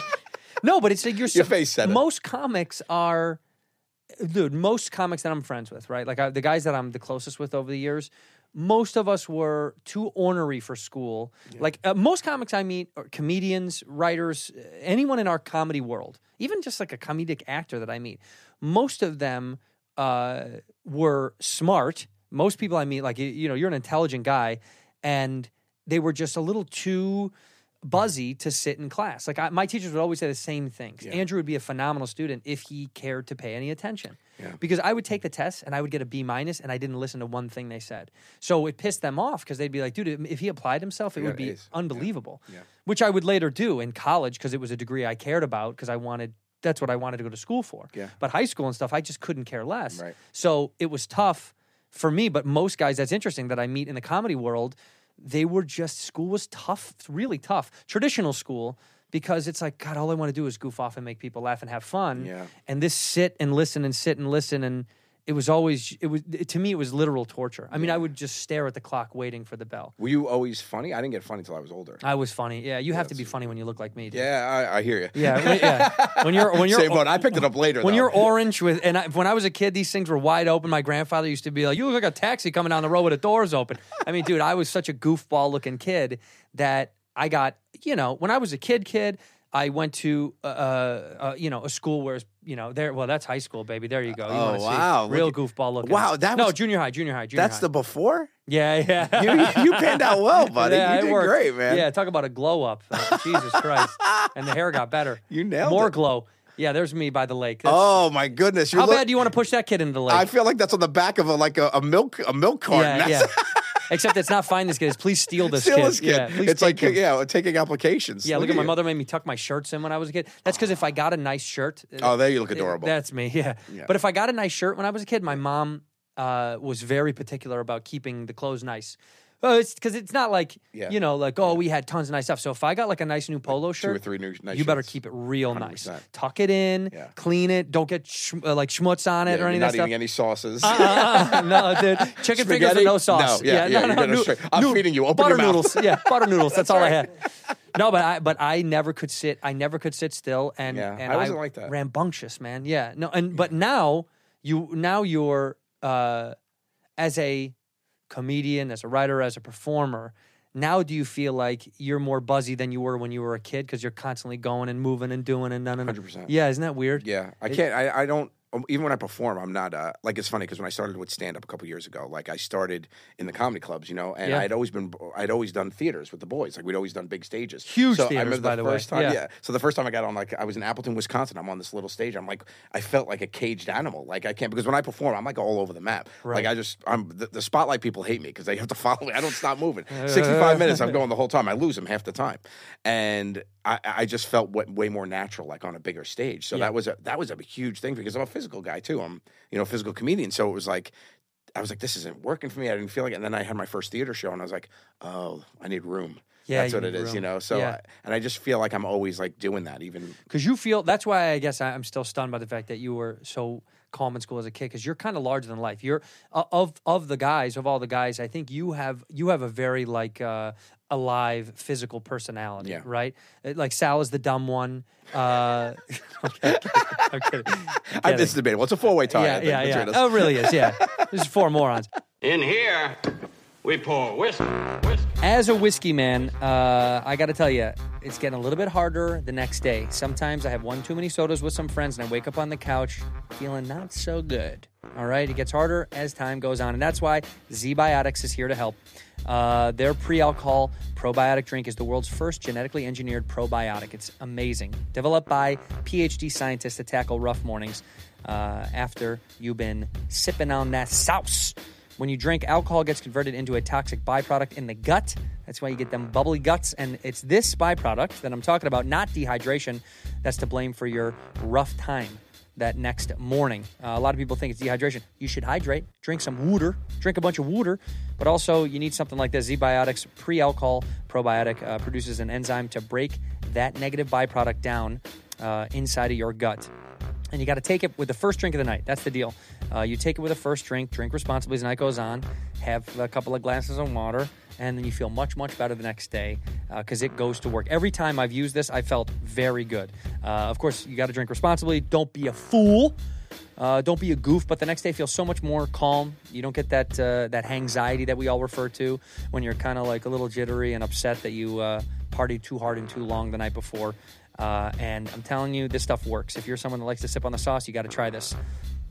A: no but it's like you're so-
I: Your face said it.
A: most comics are dude most comics that I'm friends with right like I, the guys that I'm the closest with over the years. Most of us were too ornery for school. Like uh, most comics I meet, are comedians, writers, uh, anyone in our comedy world, even just like a comedic actor that I meet, most of them uh, were smart. Most people I meet, like you, you know, you're an intelligent guy, and they were just a little too buzzy to sit in class. Like I, my teachers would always say the same things. Andrew would be a phenomenal student if he cared to pay any attention. Because I would take the tests and I would get a B minus, and I didn't listen to one thing they said. So it pissed them off because they'd be like, "Dude, if he applied himself, it would
I: got
A: be
I: A's."
A: unbelievable." Which I would later do in college because it was a degree I cared about because I wanted. That's what I wanted to go to school for.
I: Yeah.
A: But high school and stuff, I just couldn't care less.
I: Right.
A: So it was tough for me, but most guys that's interesting that I meet in the comedy world, they were just school was tough, really tough. Traditional school because it's like god all I want to do is goof off and make people laugh and have fun.
I: Yeah.
A: And this sit and listen and sit and listen and It was always it was to me it was literal torture. I mean, I would just stare at the clock waiting for the bell.
I: Were you always funny? I didn't get funny till I was older.
A: I was funny. Yeah, you have to be funny when you look like me. Dude.
I: yeah, I, I hear you. *laughs*
A: Yeah, when- yeah. When you're when you're
I: Same boat. I picked it up later.
A: when
I: though.
A: you're orange with and I, when I was a kid, these things were wide open. My grandfather used to be like, "You look like a taxi coming down the road with the doors open." I mean, dude, I was such a goofball looking kid that I got you know when I was a kid, kid. I went to uh, uh, you know a school where's you know there well that's high school baby there you go you
I: Oh,
A: wanna see
I: wow.
A: real
I: Look
A: goofball looking
I: Wow, that
A: no
I: was-
A: junior high junior high junior
I: that's
A: high.
I: the before.
A: *laughs* yeah yeah
I: You, you panned out
A: *laughs*
I: well, buddy.
A: yeah,
I: you
A: it
I: did
A: worked.
I: great, man.
A: Yeah, talk about a glow up. Like, Jesus Christ. And the hair got better.
I: *laughs* You nailed
A: More
I: it.
A: glow. Yeah, there's me by the lake. That's-
I: Oh my goodness. You're
A: How
I: look-
A: bad do you want to push that kid into the lake?
I: I feel like that's on the back of a like a, a milk a milk carton.
A: yeah,
I: That's-
A: yeah.
I: *laughs*
A: Except it's not find this kid. It's please steal this
I: Still
A: kid.
I: is good.
A: Yeah, please
I: it's like
A: take him.
I: yeah, taking applications.
A: Yeah, look, at my
I: you.
A: mother made me tuck my shirts in when I was a kid. That's because if I got a nice shirt,
I: Oh, there you look
A: it-
I: adorable.
A: That's me. Yeah.
I: Yeah.
A: But if I got a nice shirt when I was a kid, my mom uh, was very particular about keeping the clothes nice. Oh, it's because it's not like
I: Yeah.
A: you know, like oh, we had tons of nice stuff. So if I got like a nice new polo
I: two
A: shirt,
I: or three new- nice
A: you better
I: shirts.
A: keep it real nice.
I: 100%.
A: Tuck it in,
I: Yeah.
A: clean it. Don't get sh- uh, like schmutz on it
I: Yeah,
A: or
I: you're
A: any
I: not
A: of that
I: eating
A: stuff.
I: any sauces.
A: Uh, no, dude. Chicken fingers
I: Spaghetti?
A: with no sauce.
I: No, yeah, yeah, you're getting straight- I'm feeding you. Open
A: butter
I: your mouth.
A: noodles. Yeah, butter
I: *laughs*
A: noodles. That's, all I had. No, but I but I never could sit. I never could sit still. And
I: Yeah,
A: and
I: I wasn't like that.
A: Rambunctious man. Yeah. No. And but now you now you're uh, as a comedian, as a writer, as a performer. Now, do you feel like you're more buzzy than you were when you were a kid because you're constantly going and moving and doing and none and
I: 100%.
A: yeah, isn't that weird?
I: Yeah, I can't. I, I don't. um, Even when I perform, I'm not. Uh, like it's funny because when I started with stand up a couple years ago, like I started in the comedy clubs, you know, and
A: Yeah.
I: I'd always been, I'd always done theaters with the boys. Like we'd always done big stages,
A: Huge
I: so I
A: theaters,
I: remember
A: by the way.
I: first Time,
A: Yeah.
I: yeah. So the first time I got on, like I was in Appleton, Wisconsin. I'm on this little stage. I'm like, I felt like a caged animal. Like I can't because when I perform, I'm like all over the map.
A: Right.
I: Like I just, I'm the, the spotlight people hate me because they have to follow me. I don't
A: *laughs*
I: stop moving. 65 minutes, I'm going the whole time. I lose them half the time, and I, I just felt wa- way more natural, like on a bigger stage. So
A: Yeah.
I: that was a that was a huge thing because I'm a physical guy too. I'm you know a physical comedian, so it was like. I was like, this isn't working for me. I didn't feel like it. And then I had my first theater show, and I was like, oh, I need room.
A: Yeah,
I: That's
A: you
I: what it
A: need
I: is,
A: room.
I: you know? So,
A: Yeah.
I: I, and I just feel like I'm always like doing that, even
A: Because you feel that's why I guess I, I'm still stunned by the fact that you were so calm in school as a kid. Because you're kind of larger than life. You're o- of of the guys of all the guys. I think you have you have a very like uh, alive physical personality.
I: Yeah.
A: Right. Uh, Like Sal is the dumb one. Uh, *laughs* okay, I'm kidding. I'm
I: I,
A: kidding.
I: it's debatable. It's a four way tie. I
A: yeah,
I: think,
A: yeah, yeah.
I: between us.
A: Oh, it really is. Yeah. There's four morons.
B: In here, we pour whisk, whisk,
A: As a whiskey man, uh, I got to tell you, it's getting a little bit harder the next day. Sometimes I have one too many sodas with some friends, and I wake up on the couch feeling not so good. All right, it gets harder as time goes on, and that's why ZBiotics is here to help. Uh, their pre-alcohol probiotic drink is the world's first genetically engineered probiotic. It's amazing, developed by PhD scientists to tackle rough mornings uh, after you've been sipping on that sauce. When you drink, alcohol gets converted into a toxic byproduct in the gut. That's why you get them bubbly guts. And it's this byproduct that I'm talking about, not dehydration, that's to blame for your rough time that next morning. Uh, a lot of people think it's dehydration. You should hydrate, drink some water, drink a bunch of water, but also you need something like this. ZBiotics pre alcohol probiotic uh, produces an enzyme to break that negative byproduct down uh, inside of your gut and you got to take it with the first drink of the night. That's the deal. Uh, you take it with the first drink, drink responsibly as the night goes on, have a couple of glasses of water, and then you feel much, much better the next day because it goes to work. Every time I've used this, I felt very good. Uh, of course, you got to drink responsibly. Don't be a fool. Uh, don't be a goof, but the next day feels so much more calm. You don't get that uh, that anxiety that we all refer to when you're kind of like a little jittery and upset that you uh, partied too hard and too long the night before. Uh, and I'm telling you, this stuff works. If you're someone that likes to sip on the sauce, you got to try this.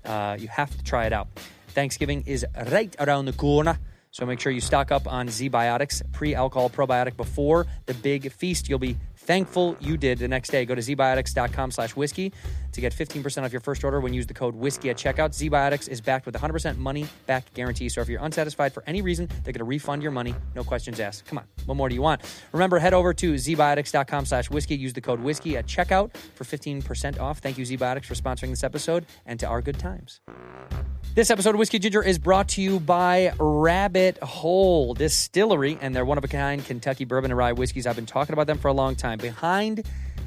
A: Uh, you have to try it out. Thanksgiving is right around the corner. So make sure you stock up on ZBiotics, pre-alcohol probiotic before the big feast. You'll be thankful you did the next day. Go to zbiotics.com slash whiskey to get 15% off your first order when you use the code whiskey at checkout. ZBiotics is backed with 100% money back guarantee. So if you're unsatisfied for any reason, they're going to refund your money. No questions asked. Come on. What more do you want? Remember, head over to zbiotics.com slash whiskey. Use the code whiskey at checkout for 15% off. Thank you, ZBiotics, for sponsoring this episode and to our good times. This episode of Whiskey Ginger is brought to you by Rabbit Hole Distillery and their one of a kind Kentucky bourbon and rye whiskeys. I've been talking about them for a long time. Behind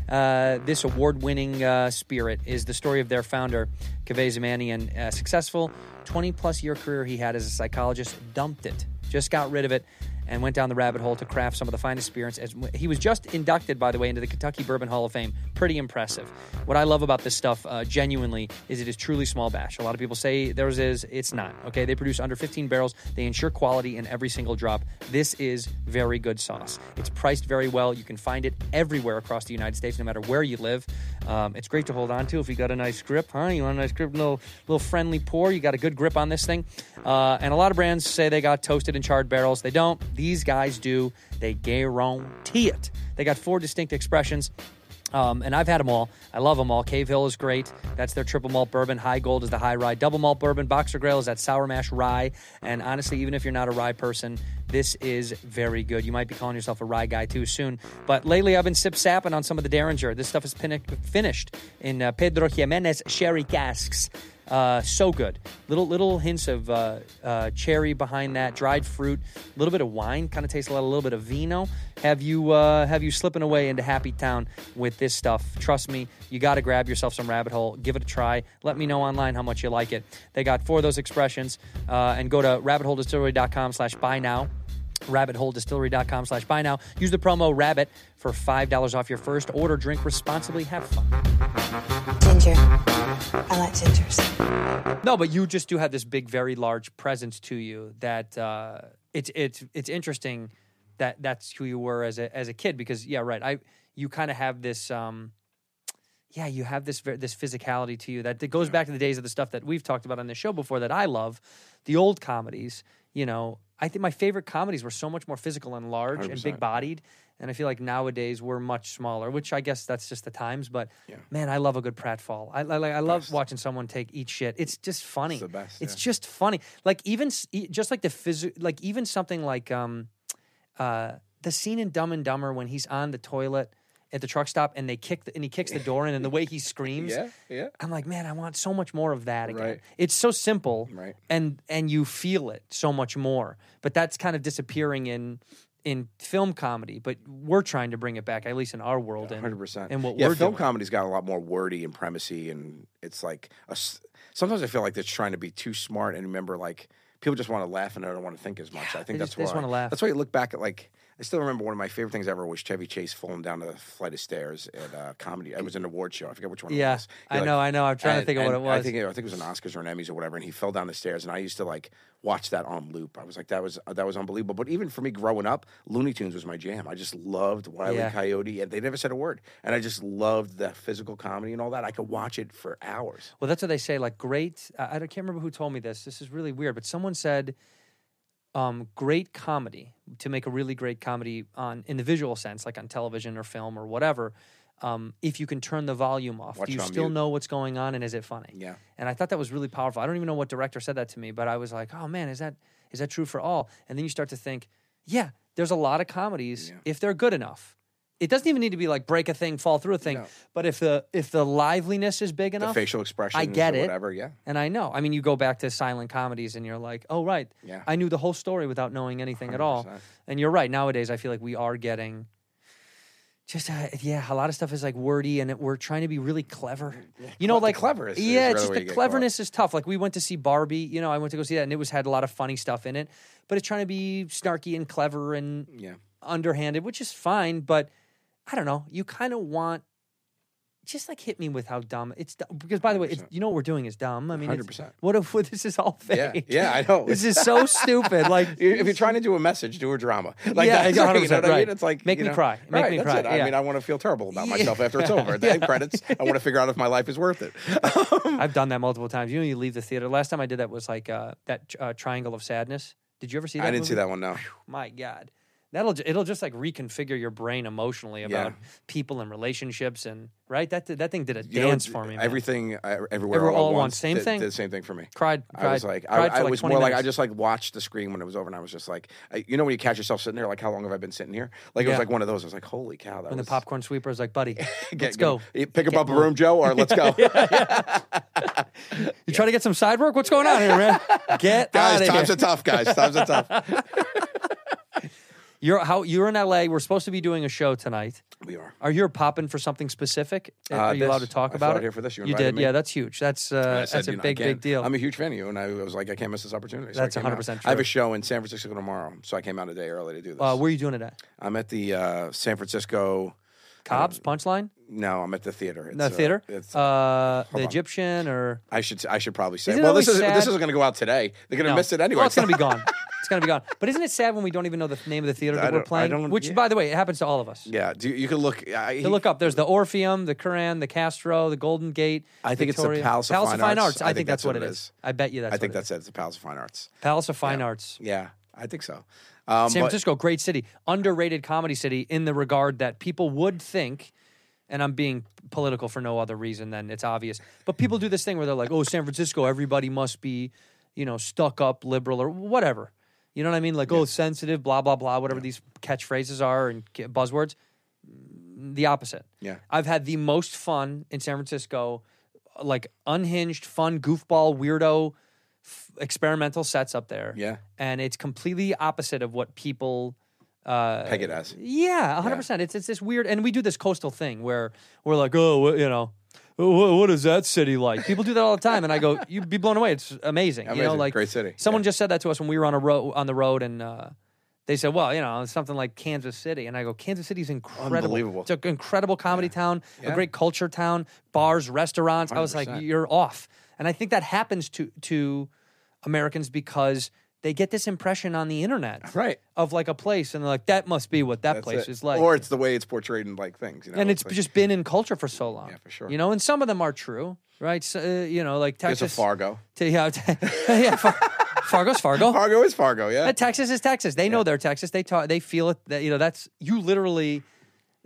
A: Uh, this award winning uh, spirit is the story of their founder, Kaveh Zamani, and a successful 20 plus year career he had as a psychologist, dumped it, just got rid of it, and went down the rabbit hole to craft some of the finest spirits. As he was just inducted, by the way, into the Kentucky Bourbon Hall of Fame. Pretty impressive. What I love about this stuff, uh, genuinely, is it is truly small batch. A lot of people say theirs is. It's not. Okay, they produce under 15 barrels. They ensure quality in every single drop. This is very good sauce. It's priced very well. You can find it everywhere across the United States, no matter where you live. Um, it's great to hold on to if you got a nice grip, huh? You want a nice grip, little little friendly pour. You got a good grip on this thing. Uh, and a lot of brands say they got toasted and charred barrels. They don't. These guys do. They guarantee it. They got four distinct expressions. Um, and I've had them all. I love them all. Cave Hill is great. That's their triple malt bourbon. High Gold is the high rye. Double malt bourbon. Boxer Grail is that sour mash rye. And honestly, even if you're not a rye person, this is very good. You might be calling yourself a rye guy too soon. But lately, I've been sip sapping on some of the Derringer. This stuff is pin- finished in uh, Pedro Jimenez sherry casks. Uh, so good. Little little hints of uh, uh, cherry behind that, dried fruit, a little bit of wine. Kind of tastes a lot, a little bit of vino. Have you uh, have you slipping away into Happy Town with this stuff? Trust me, you got to grab yourself some Rabbit Hole. Give it a try. Let me know online how much you like it. They got four of those expressions, uh, and go to rabbitholedistillery.com slash buy now rabbitholedistillery.com slash buy now use the promo rabbit for $5 off your first order drink responsibly have fun
H: Ginger. I like gingers.
A: No, but you just do have this big, very large presence to you that uh, it's it's it's interesting that that's who you were as a as a kid because yeah, right. I you kind of have this. Um, yeah, you have this ver- this physicality to you that, that goes back to the days of the stuff that we've talked about on this show before that I love, the old comedies. You know, I think my favorite comedies were so much more physical and large and big bodied, and I feel like nowadays we're much smaller. Which I guess that's just the times. But man, I love a good pratfall. I I, like, I love watching someone take eat shit. It's just funny. It's
I: the best,
A: It's
I: yeah.
A: just funny. Like even s- e- just like the phys- like even something like um uh, the scene in Dumb and Dumber when he's on the toilet at the truck stop and they kick the, and he kicks the door in and the way he screams.
I: *laughs* Yeah, yeah.
A: I'm like, man, I want so much more of that again.
I: Right.
A: It's so simple,
I: Right.
A: And and you feel it so much more. But that's kind of disappearing in in film comedy. But we're trying to bring it back, at least in our world. and-
I: Hundred percent.
A: And what
I: yeah,
A: we're
I: film
A: doing.
I: comedy's got a lot more wordy and premisey, and it's like a s sometimes I feel like they're trying to be too smart. And remember, like people just want to laugh and they don't want to think as much. I
A: they
I: think that's
A: just- they just
I: why.
A: wanna laugh.
I: That's why you look back at like. I still remember one of my favorite things ever was Chevy Chase falling down the flight of stairs at uh, comedy. It was an award show. I forget which one. it
A: Yeah,
I: was. He,
A: I know, I know. I'm trying to
I: and-
A: think of what
I: and
A: it
I: I
A: was.
I: think, I think it was an Oscars or an Emmys or whatever. And he fell down the stairs, and I used to like watch that on loop. I was like, that was that was unbelievable. But even for me growing up, Looney Tunes was my jam. I just loved Wile
A: Yeah.
I: E. Coyote, and they never said a word. And I just loved the physical comedy and all that. I could watch it for hours.
A: Well, that's what they say. Like great, I, I can't remember who told me this. This is really weird, but someone said, um, "Great comedy to make a really great comedy on in the visual sense, like on television or film or whatever." Um, if you can turn the volume off,
I: Watch
A: do you
I: it on
A: still
I: mute.
A: know what's going on and is it funny?
I: Yeah.
A: And I thought that was really powerful. I don't even know what director said that to me, but I was like, "Oh man, is that is that true for all?" And then you start to think, "Yeah, there's a lot of comedies if they're good enough." It doesn't even need to be like break a thing, fall through a thing, but if the if the liveliness is big
I: The
A: enough,
I: facial expressions,
A: I get
I: or
A: it.
I: whatever. Yeah,
A: And I know. I mean, you go back to silent comedies and you're like, oh, right.
I: Yeah.
A: I knew the whole story without knowing anything at all.
I: 100%.
A: And you're right. Nowadays, I feel like we are getting just, uh, yeah, a lot of stuff is like wordy and it, we're trying to be really clever. You know,
I: the
A: like,
I: clever is- is
A: Yeah, it's
I: really
A: just
I: where
A: the
I: you get caught.
A: cleverness is tough. Like, we went to see Barbie, you know, I went to go see that and it was had a lot of funny stuff in it, but it's trying to be snarky and clever and
I: yeah.
A: underhanded, which is fine, but I don't know. You kind of want just like hit me with how dumb it's du- because by the way, it's, you know what we're doing is dumb. I mean, it's-
I: 100%.
A: what if what- this is all
I: Yeah,
A: fake?
I: yeah, I know.
A: This is so stupid. Like,
I: *laughs* If you're trying to do a message, do a drama. *laughs* Like
A: Yeah,
I: that's right, you know
A: 100%,
I: what I mean?
A: right.
I: It's like
A: Make
I: you
A: me
I: know,
A: cry. Make
I: right,
A: me
I: that's
A: cry,
I: it. I
A: yeah.
I: mean, I want to feel terrible
A: *laughs*
I: about
A: Yeah.
I: myself after it's over.
A: *laughs*
I: At the end credits. I want to figure out if my life is worth it. *laughs*
A: I've done that multiple times. You know, you leave the theater. Last time I did that was like uh, that uh, Triangle of Sadness. Did you ever see that?
I: I didn't see
A: movie?
I: that one. No.
A: my god that'll ju- it'll just like reconfigure your brain emotionally about
I: Yeah.
A: people and relationships and right that did, that thing did a
I: You know,
A: dance
I: d-
A: for me man.
I: Everything, I- everywhere,
A: Everywhere
I: all, at once.
A: Same
I: did-
A: thing?
I: Did the same thing for me.
A: Cried-
I: I was
A: cried-
I: like,
A: cried for
I: I, I
A: like
I: was
A: 20
I: more like, I
A: minutes.
I: just like watched the screen when it was over, and I was just like, I, you know, when you catch yourself sitting there, like, how long have I been sitting here? Like, it
A: Yeah.
I: was like one of those. I was like, holy cow, that
A: when the
I: was
A: popcorn sweeper is like buddy
I: *laughs* Get-
A: let's
I: get-
A: go
I: eh, Pick up, up a room, Joe, or
A: *laughs*
I: let's go. *laughs*
A: You trying to get some side work? What's going
I: *laughs*
A: on here, man? Get out of
I: guys,
A: here. *laughs*
I: times are tough, guys. Times are tough.
A: You're how you're in LA. We're supposed to be doing a show tonight.
I: We are.
A: Are you popping for something specific? Are you
I: Uh, this.
A: allowed to talk
I: I flew
A: about
I: out
A: it?
I: here for this. You invited
A: did,
I: me.
A: yeah. That's huge. That's uh,
I: I said,
A: that's a
I: you know, I
A: big,
I: can't-
A: big deal.
I: I'm a huge fan of you, and I was like, I can't miss this opportunity. So I
A: That's
I: came out.
A: 100%
I: I have
A: true.
I: a show in San Francisco tomorrow, so I came out a day early to do this.
A: uh, where are you doing it at?
I: I'm at the uh, San Francisco.
A: Cobb's Punchline,
I: No, I'm at the theater. It's,
A: the
I: uh,
A: theater,
I: it's-
A: uh, the Egyptian, or
I: I should. I should probably say.
A: Isn't it
I: Well, this
A: always
I: is this
A: sad?
I: isn't going to go out today. They're going to
A: No.
I: miss it anyway.
A: Well, it's gonna be gone. It's gonna be gone. But isn't it sad when we don't even know the name of the theater
I: I
A: that
I: don't-
A: we're
I: I
A: playing?
I: don't-
A: Which,
I: yeah.
A: by the way, it happens to all of us.
I: *laughs* Yeah, do, you can look. I,
A: You look up. There's the Orpheum, the Koran, the Castro, the Golden Gate.
I: I think it's the
A: Victoria-
I: Palace of Fine Arts.
A: I, think, that's, what it is. I bet you that's.
I: I
A: what
I: think
A: it
I: that's it. It's the Palace of Fine Arts.
A: is. Palace of Fine Arts.
I: Yeah, I think so. Um,
A: San
I: but-
A: Francisco, great city, underrated comedy city in the regard that people would think, and I'm being political for no other reason than it's obvious, but people do this thing where they're like, oh, San Francisco, everybody must be, you know, stuck up, liberal, or whatever. You know what I mean? Like, oh, sensitive, blah, blah, blah, whatever these catchphrases are and ca- buzzwords. Mm, The opposite.
I: Yeah.
A: I've had the most fun in San Francisco, like unhinged, fun, goofball, weirdo, f- experimental sets up there
I: Yeah.
A: and it's completely opposite of what people uh
I: Peg it as.
A: yeah 100% it's it's this weird and we do this coastal thing where we're like oh wh- you know what, what is that city like people do that all the time and i go you'd be blown away it's amazing, you know
I: Amazing.
A: like
I: Great city.
A: someone
I: Yeah.
A: just said that to us when we were on a road on the road and uh they said, "Well, you know, it's something like Kansas City," and I go, "Kansas City's incredible.
I: Unbelievable.
A: It's an incredible comedy town, a
I: Yeah.
A: great culture town, bars, restaurants." I was like,
I: 100%.
A: "You're off," and I think that happens to to Americans because they get this impression on the internet,
I: Right.
A: of like a place, and they're like, "That must be what that
I: That's
A: place
I: it.
A: is like,"
I: or it's the way it's portrayed in like things. You know,
A: and it's
I: like-
A: just been in culture for so long,
I: Yeah, for sure.
A: You know, and some of them are true, right? So, uh, you know, like
I: it's
A: Texas,
I: a Fargo.
A: T- *laughs* yeah, t- yeah, Far- Fargo's Fargo.
I: Fargo is Fargo. Yeah,
A: Uh, Texas is Texas. They know they're Texas. They talk. They feel it. That, you know, that's you literally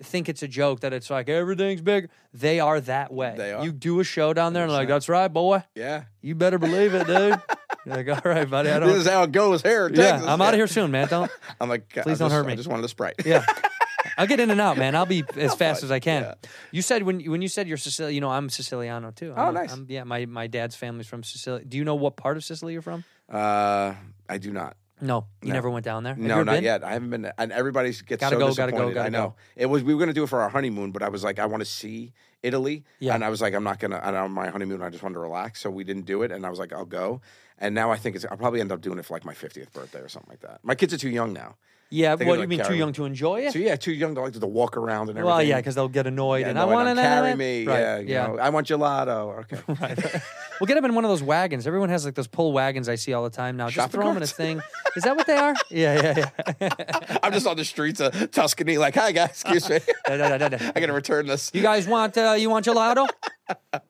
A: think it's a joke that it's like everything's big. They are that way.
I: They are.
A: You do a show down there and like that's right, boy.
I: yeah.
A: You better believe it, dude. You're like, all right, buddy. I
I: *laughs* This
A: don't.
I: is how it goes here. in
A: Yeah,
I: Texas.
A: I'm out of here soon, man. Don't.
I: I'm like, please
A: don't hurt me.
I: I just wanted a sprite.
A: Yeah. *laughs* I'll get in and out, man. I'll be
I: *laughs*
A: as fast as I can. You said when when you said you're Sicilian, you know I'm Siciliano too. I'm,
I: Oh, nice.
A: I'm, yeah, my, my dad's family's from Sicily. Do you know what part of Sicily you're from?
I: Uh, I do not.
A: No, you
I: No.
A: never went down there. Have you
I: No,
A: ever
I: not
A: been?
I: yet. I haven't been. And everybody gets
A: Gotta
I: so
A: go, gotta go,
I: disappointed.
A: gotta
I: I know
A: go.
I: it was. We were gonna do it for our honeymoon, but I was like, I want to see Italy.
A: Yeah.
I: And I was like, I'm not gonna. And on my honeymoon, I just wanted to relax, so we didn't do it. And I was like, I'll go. And now I think it's. I'll probably end up doing it for like my 50th birthday or something like that. My kids are too young now.
A: Yeah,
I: They
A: what
I: gotta,
A: do you
I: like,
A: mean? Too
I: carry-
A: young to enjoy it?
I: So yeah, too young to like to walk around and everything.
A: Well, yeah, because they'll get annoyed,
I: Yeah,
A: and
I: no,
A: I want
I: don't
A: to
I: carry me.
A: Right,
I: Yeah,
A: *laughs*
I: you know, I want gelato. Okay.
A: We'll get them in one of those wagons. Everyone has like those pull wagons I see all the time now. Just
I: Shopping
A: throw them in a
I: carts?
A: thing. Is that what they
I: *laughs*
A: are? Yeah, yeah, yeah. *laughs*
I: I'm just on the streets of Tuscany, like, hi guys, excuse me. *laughs*
A: Da, da, da, da, da.
I: I gotta return this.
A: You guys want uh, you want
I: *laughs*
A: gelato?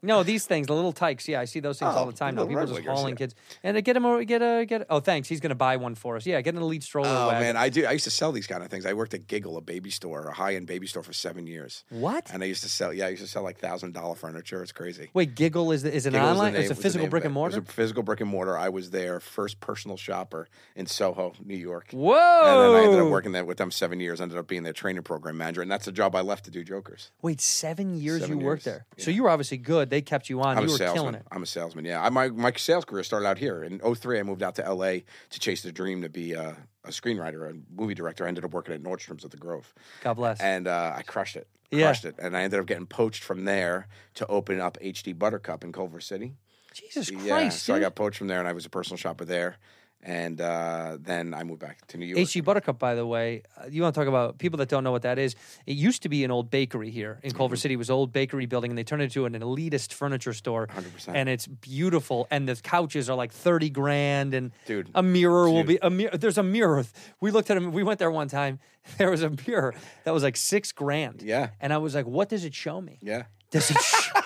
A: No, these things, the little tykes. Yeah, I see those things all
I: Oh,
A: the time now.
I: little
A: People
I: Red
A: just
I: Wingers,
A: hauling
I: yeah.
A: kids and uh, get him a get a get. oh, thanks. He's gonna buy one for us. Yeah, get an elite stroller
I: Oh
A: wagon.
I: man, I do. I used to sell these kind of things. I worked at Giggle, a baby store, a high end baby store for seven years.
A: What?
I: And I used to sell. Yeah, I used to sell like thousand dollar furniture. It's crazy.
A: Wait, Giggle is the, is an
I: Giggle was the
A: online?
I: name-
A: it's a
I: was the
A: physical
I: name of
A: brick and
I: it. It
A: mortar.
I: was a physical brick and mortar. I was their first personal shopper in Soho, New York. And then I ended
A: Whoa!
I: up working there with them seven years. Ended up being their training program manager, and that's the job I left to do Jokers.
A: Wait, seven years
I: Seven
A: you worked
I: years,
A: there. So you were obviously good. They kept you on.
I: I'm
A: you
I: a
A: were
I: salesman.
A: killing it.
I: I'm a salesman. Yeah, I, my my sales career started out here in '03. I moved out to LA to chase the dream to be a, a screenwriter, a movie director. I ended up working at Nordstrom's at the Grove.
A: God bless.
I: and uh, I crushed it.
A: Yeah.
I: Crushed it. And I ended up getting poached from there to open up HD Buttercup in Culver City.
A: Jesus Christ!
I: yeah. So I
A: dude.
I: got poached from there and I was a personal shopper there. And uh, then I moved back to New York.
A: H.G. Buttercup, by the way, uh, you want to talk about people that don't know what that is? It used to be an old bakery here in Culver City. It was an old bakery building, and they turned it into an elitist furniture store.
I: 100%.
A: And it's beautiful, and the couches are like thirty grand, and
I: Dude,
A: a mirror will
I: dude.
A: be a mirror. There's a mirror. We looked at him. We went there one time. *laughs* There was a mirror that was like six grand.
I: Yeah.
A: And I was like, what does it show me?
I: yeah.
A: Does it? Sh- *laughs*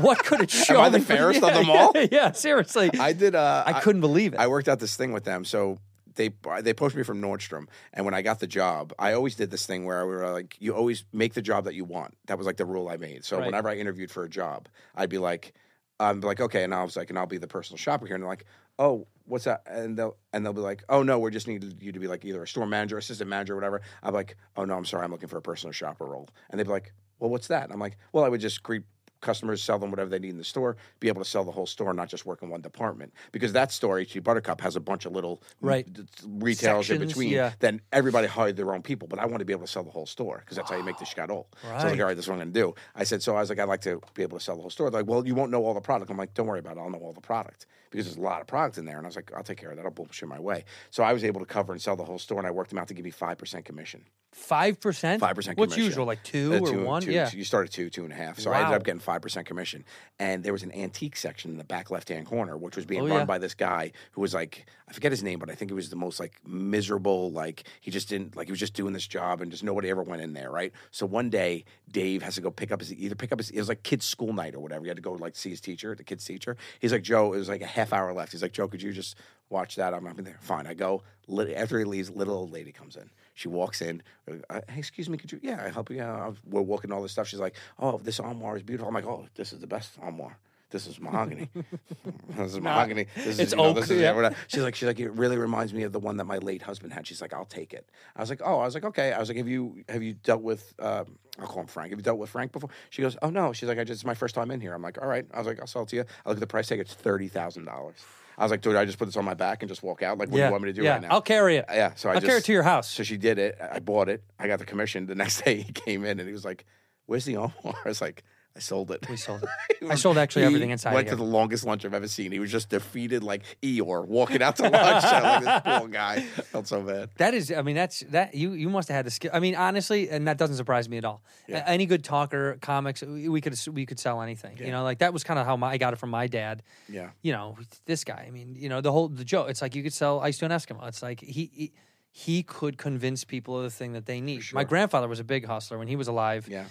A: what could it show?
I: I the
A: me?
I: fairest
A: *laughs* yeah,
I: of them all?
A: Yeah, seriously.
I: I did. Uh,
A: I couldn't believe it.
I: I worked out this thing with them. So they they poached me from Nordstrom, and when I got the job, I always did this thing where I were like, you always make the job that you want. That was like the rule I made. So
A: Right.
I: whenever I interviewed for a job, I'd be like, I'm like, okay, and I was like, and I'll be the personal shopper here, and they're like, oh. What's that? And they'll and they'll be like, "Oh no, we just need you to be like either a store manager, assistant manager, or whatever." I'm like, "Oh no, I'm sorry, I'm looking for a personal shopper role." And they'd be like, "Well, what's that?" And I'm like, "Well, I would just greet customers sell them whatever they need in the store, be able to sell the whole store, not just work in one department. Because that store, HG Buttercup, has a bunch of little
A: Right.
I: d- d- retails in
A: Sections,
I: between.
A: yeah.
I: Then everybody hired their own people. But I want to be able to sell the whole store because that's how you make the Chicadol. So I was
A: Right.
I: like, all right, this is what I'm going to do. I said, so I was like, I'd like to be able to sell the whole store. They're like, well, you won't know all the product. I'm like, don't worry about it. I'll know all the product because there's a lot of product in there. And I was like, I'll take care of that. I'll bullshit my way. So I was able to cover and sell the whole store. And I worked them out to give me 5% commission.
A: Five percent.
I: Five percent.
A: What's usual, like two or one? yeah.
I: you started two, two and a half. So I ended
A: Wow.
I: up getting five percent commission. And there was an antique section in the back left hand corner, which was being
A: Oh,
I: run
A: yeah.
I: by this guy who was like, I forget his name, but I think he was the most like miserable. Like he just didn't like he was just doing this job, and just nobody ever went in there, right? So one day Dave has to go pick up his either pick up his it was like kids school night or whatever. He had to go like see his teacher, the kids teacher. He's like Joe. It was like a half hour left. He's like Joe, could you just watch that? I'm up in there. Fine, I go. Lit- After he leaves, little old lady comes in. She walks in. Uh, hey, excuse me, could you? Yeah, I help you. Uh, we're walking all this stuff. She's like, "Oh, this armoire is beautiful." I'm like, "Oh, this is the best armoire. This is
A: *laughs*
I: mahogany. *laughs* this is mahogany. This is,
A: it's
I: you know,
A: oak,
I: This is,
A: yeah.
I: we're not- She's like, she's like, it really reminds me of the one that my late husband had. She's like, I'll take it. I was like, oh, I was like, okay. I was like, have you have you dealt with? Um, I'll call him Frank. Have you dealt with Frank before? She goes, oh no. She's like, I just it's my first time in here. I'm like, all right. I was like, I'll sell it to you. I look at the price tag. It's thirty thousand dollars. I was like, dude, I just put this on my back and just walk out. Like, what do
A: yeah.
I: you want me to do
A: yeah.
I: right now?
A: I'll carry it.
I: Yeah, so I
A: will
I: just,
A: carry it to your house.
I: So she did it. I bought it. I got the commission. The *laughs* next day he came in and he was like, "Where's the *laughs* armoire?" I was like, "I sold it."
A: *laughs*
I: *laughs*
A: We sold it. I sold actually
I: He
A: everything inside.
I: Went
A: here.
I: to the longest lunch I've ever seen. He was just defeated, like Eeyore, walking out to lunch. like this
A: *laughs*
I: poor guy felt so bad.
A: That is, I mean, that's that you you must have had the skill. I mean, honestly, and that doesn't surprise me at all. A- Any good talker, comics, we we could we could sell anything. You know, like that was kind of how my, I got it from my dad.
I: Yeah.
A: You know, this guy. I mean, you know, the whole the joke. It's like you could sell ice to an Eskimo. It's like he. he he could convince people of the thing that they need. My grandfather was a big hustler when he was alive.
I: Yeah.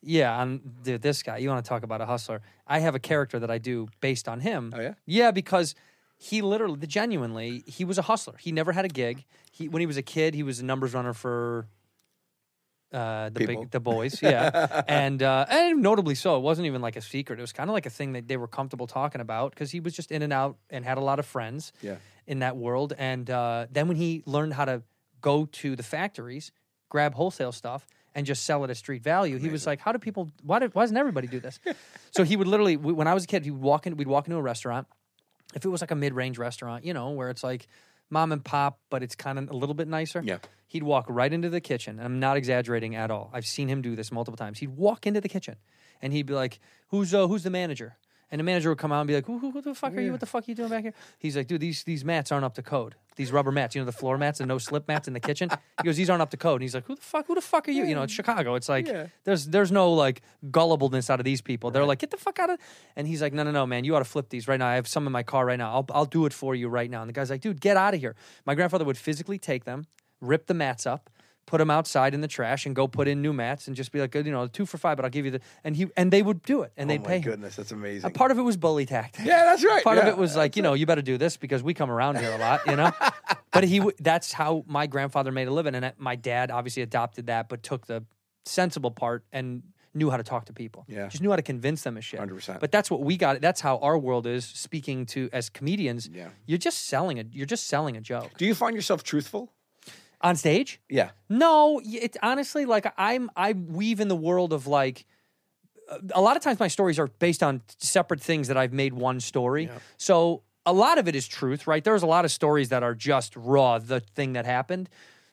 A: Yeah, I'm dude, this guy. You want to talk about a hustler? I have a character that I do based on him.
I: Oh, yeah?
A: Yeah, because he literally, the- genuinely, he was a hustler. He never had a gig. He when he was a kid, he was a numbers runner for uh, the
I: People.
A: big the boys.
I: *laughs*
A: Yeah, and uh, and notably so, it wasn't even like a secret. It was kind of like a thing that they were comfortable talking about because he was just in and out and had a lot of friends.
I: Yeah.
A: in that world. And uh, then when he learned how to go to the factories, grab wholesale stuff. And just sell it at street value. He was like, "How do people? Why, do, why doesn't everybody do
I: *laughs*
A: this?" so he would literally, w- when I was a kid, he would walk in. We'd walk into a restaurant, if it was like a mid-range restaurant, you know, where it's like mom and pop, but it's kind of a little bit nicer.
I: Yeah.
A: He'd walk right into the kitchen, and I'm not exaggerating at all. I've seen him do this multiple times. He'd walk into the kitchen, and he'd be like, "Who's uh, who's the manager?" And the manager would come out and be like, "Who, who, who the fuck are you? What the fuck are you doing back here?" He's like, "Dude, these these mats aren't up to code. These rubber mats, you know, the floor mats and no slip mats in the kitchen." He goes, "These aren't up to code." And he's like, "Who the fuck? Who the fuck are you?" You know, it's Chicago. It's like there's there's no like gullibleness out of these people. They're like, "Get the fuck out of!" And he's like, "No, no, no, man. You ought to flip these right now. I have some in my car right now. I'll I'll do it for you right now." And the guy's like, "Dude, get out of here." My grandfather would physically take them, rip the mats up, put them outside in the trash, and go put in new mats, and just be like, "You know, two for five, but I'll give you the." And he and they would do it, and
I: Oh
A: they'd
I: my
A: pay him.
I: goodness, that's amazing.
A: A part of it was bully tactics.
I: Yeah, that's right.
A: Part of
I: Yeah,
A: it was like, you know, you better do this because we come around here a lot,
I: *laughs*
A: you know. but he, w- that's how my grandfather made a living, and that- my dad obviously adopted that, but took the sensible part and knew how to talk to people.
I: Yeah.
A: just knew how to convince them of shit.
I: 100%.
A: But that's what we got. That's how our world is speaking to as comedians.
I: Yeah.
A: you're just selling it. You're just selling a joke
I: do you find yourself truthful?
A: on stage.
I: Yeah.
A: No, y- it's honestly like I'm I weave in the world of like uh, a lot of times my stories are based on separate things that I've made one story. So a lot of it is truth, right? There's a lot of stories that are just raw, the thing that happened.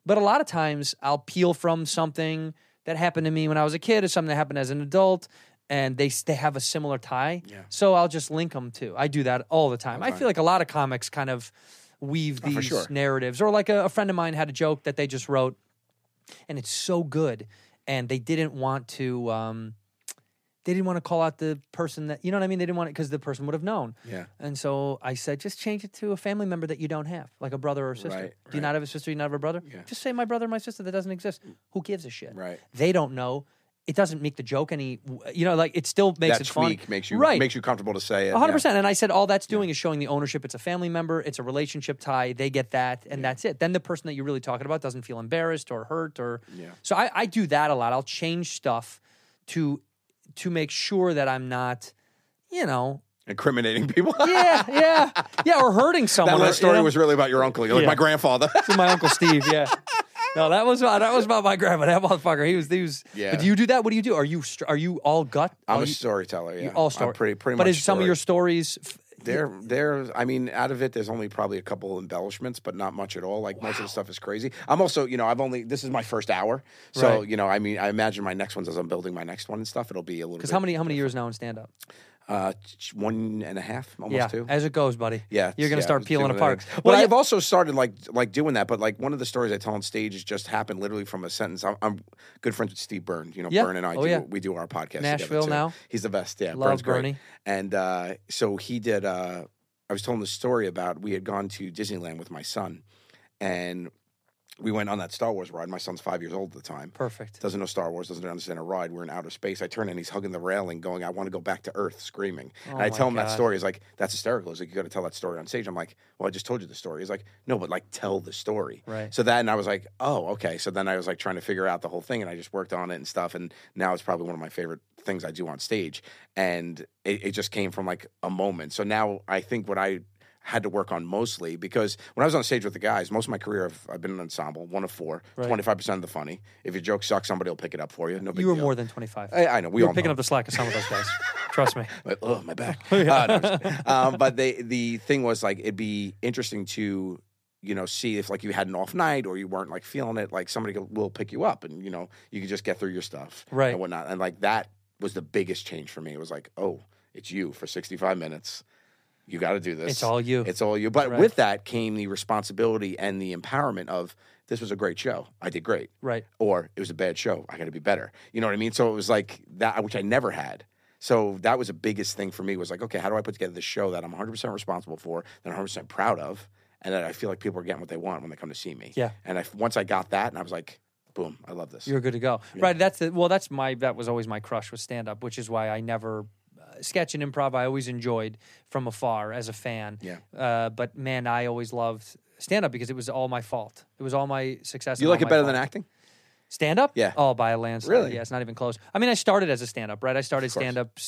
A: But a lot of times I'll peel from something that happened to me when I was a kid or something that happened as an adult and they s- they have a similar tie. So I'll just link them too. I do that all the time. I feel like a lot of comics kind of weave these
I: sure.
A: narratives or like a, a friend of mine had a joke that they just wrote and it's so good. And they didn't want to, um, they didn't want to call out the person that you know what I mean. They didn't want it because the person would have known.
I: Yeah.
A: And so I said, just change it to a family member that you don't have, like a brother or a sister.
I: Right,
A: Do you not have a sister? You not have a brother? Just say my brother, my sister that doesn't exist. Who gives a shit?
I: Right.
A: They don't know. It doesn't make the joke any. You know, like it still makes
I: that
A: it fun.
I: tweak makes you
A: right
I: makes you comfortable to say it.
A: hundred
I: yeah.
A: percent. And I said all that's doing is showing the ownership. It's a family member. It's a relationship tie. They get that, and that's it. Then the person that you're really talking about doesn't feel embarrassed or hurt or. Yeah. So I, I do that a lot. I'll change stuff to to make sure that I'm not, you know,
I: Incriminating people. *laughs*
A: yeah, yeah, yeah, or hurting someone.
I: that
A: or,
I: last story
A: you know? *laughs*
I: was really about your uncle. You're like
A: Yeah.
I: my grandfather.
A: my uncle Steve. Yeah. No, that was that was about my grandpa. That motherfucker. He was he was.
I: Yeah.
A: But do you do that? What do you do? Are you str- are you all gut?
I: I'm
A: Are Oh,
I: a
A: you-
I: storyteller. Yeah,
A: you all story.
I: I'm pretty pretty
A: But
I: much.
A: is some of your
I: story-
A: stories? f-
I: there there? I mean, out of it, there's only probably a couple embellishments, but not much at all. Like most of the stuff is crazy. I'm also, you know, I've only this is my first hour, so
A: Right.
I: you know, I mean, I imagine my next ones as I'm building my next one and stuff, it'll be a little.
A: Because
I: bit-
A: how many how many years now in stand up?
I: Uh, t- one and a half, almost
A: Yeah,
I: two.
A: as it goes, buddy.
I: Yeah,
A: you're gonna
I: yeah,
A: start
I: it's
A: peeling
I: doing
A: apart.
I: that. But
A: Well, yeah,
I: I've also started like like doing that. But like one of the stories I tell on stage is just happened literally from a sentence. I'm, I'm good friends with Steve Byrne. You know,
A: Yeah.
I: Byrne and I
A: Oh,
I: do
A: yeah.
I: we do our podcast. together,
A: Nashville
I: too.
A: now.
I: He's the best. Yeah,
A: Love
I: Byrne's great.
A: Bernie.
I: And uh, so he did. Uh, I was telling the story about we had gone to Disneyland with my son, and we went on that Star Wars ride. My son's five years old at the time.
A: perfect.
I: Doesn't know Star Wars, doesn't understand a ride. We're in outer space. I turn and he's hugging the railing, going, I want to go back to Earth, screaming. and I
A: Oh my
I: tell him that
A: God.
I: story. He's like, That's hysterical. He's like, You got to tell that story on stage. I'm like, Well, I just told you the story. He's like, No, but like, tell the story.
A: Right.
I: So then I was like, Oh, okay. So then I was like trying to figure out the whole thing and I just worked on it and stuff. And now it's probably one of my favorite things I do on stage. And it, it just came from like a moment. So now I think what I had to work on mostly because when I was on stage with the guys, most of my career I've, I've been in an ensemble, one of four,
A: Right.
I: 25% of the funny. If your joke sucks, somebody will pick it up for you. No big
A: You were
I: deal.
A: more than 25.
I: I, I know. We
A: you
I: all
A: were picking
I: know.
A: up the slack of some of those
I: *laughs*
A: guys. Trust me.
I: Like, oh,
A: *laughs*
I: my back. Uh, no, I'm just kidding. um, but they, the thing was like, it'd be interesting to, you know, see if like you had an off night or you weren't like feeling it, like somebody could- will pick you up and, you know, you can just get through your stuff
A: Right.
I: and whatnot. And like that was the biggest change for me. It was like, oh, it's you for 65 minutes. You got to do this.
A: It's all you.
I: It's all you. But
A: Right.
I: with that came the responsibility and the empowerment of this was a great show. I did great
A: Right.
I: or it was a bad show. I got to be better. You know what I mean? So it was like that, which I never had. So that was the biggest thing for me was like, okay, how do I put together this show that I'm 100% responsible for, that I'm 100% proud of, and that I feel like people are getting what they want when they come to see me.
A: Yeah.
I: And I, once I got that, and I was like, boom, I love this.
A: You're good to go. Right. That's the, well. That's my. That was always my crush with stand up, which is why I never uh, sketch and improv. I always enjoyed from afar as a fan.
I: Yeah.
A: Uh, but man, I always loved stand up because it was all my fault. It was all my success.
I: you like it better than acting?
A: Stand up?
I: Yeah.
A: Oh, by a landslide.
I: Really?
A: Yeah, it's not even close. I mean, I started as a stand up, right? I started
I: course.
A: stand up,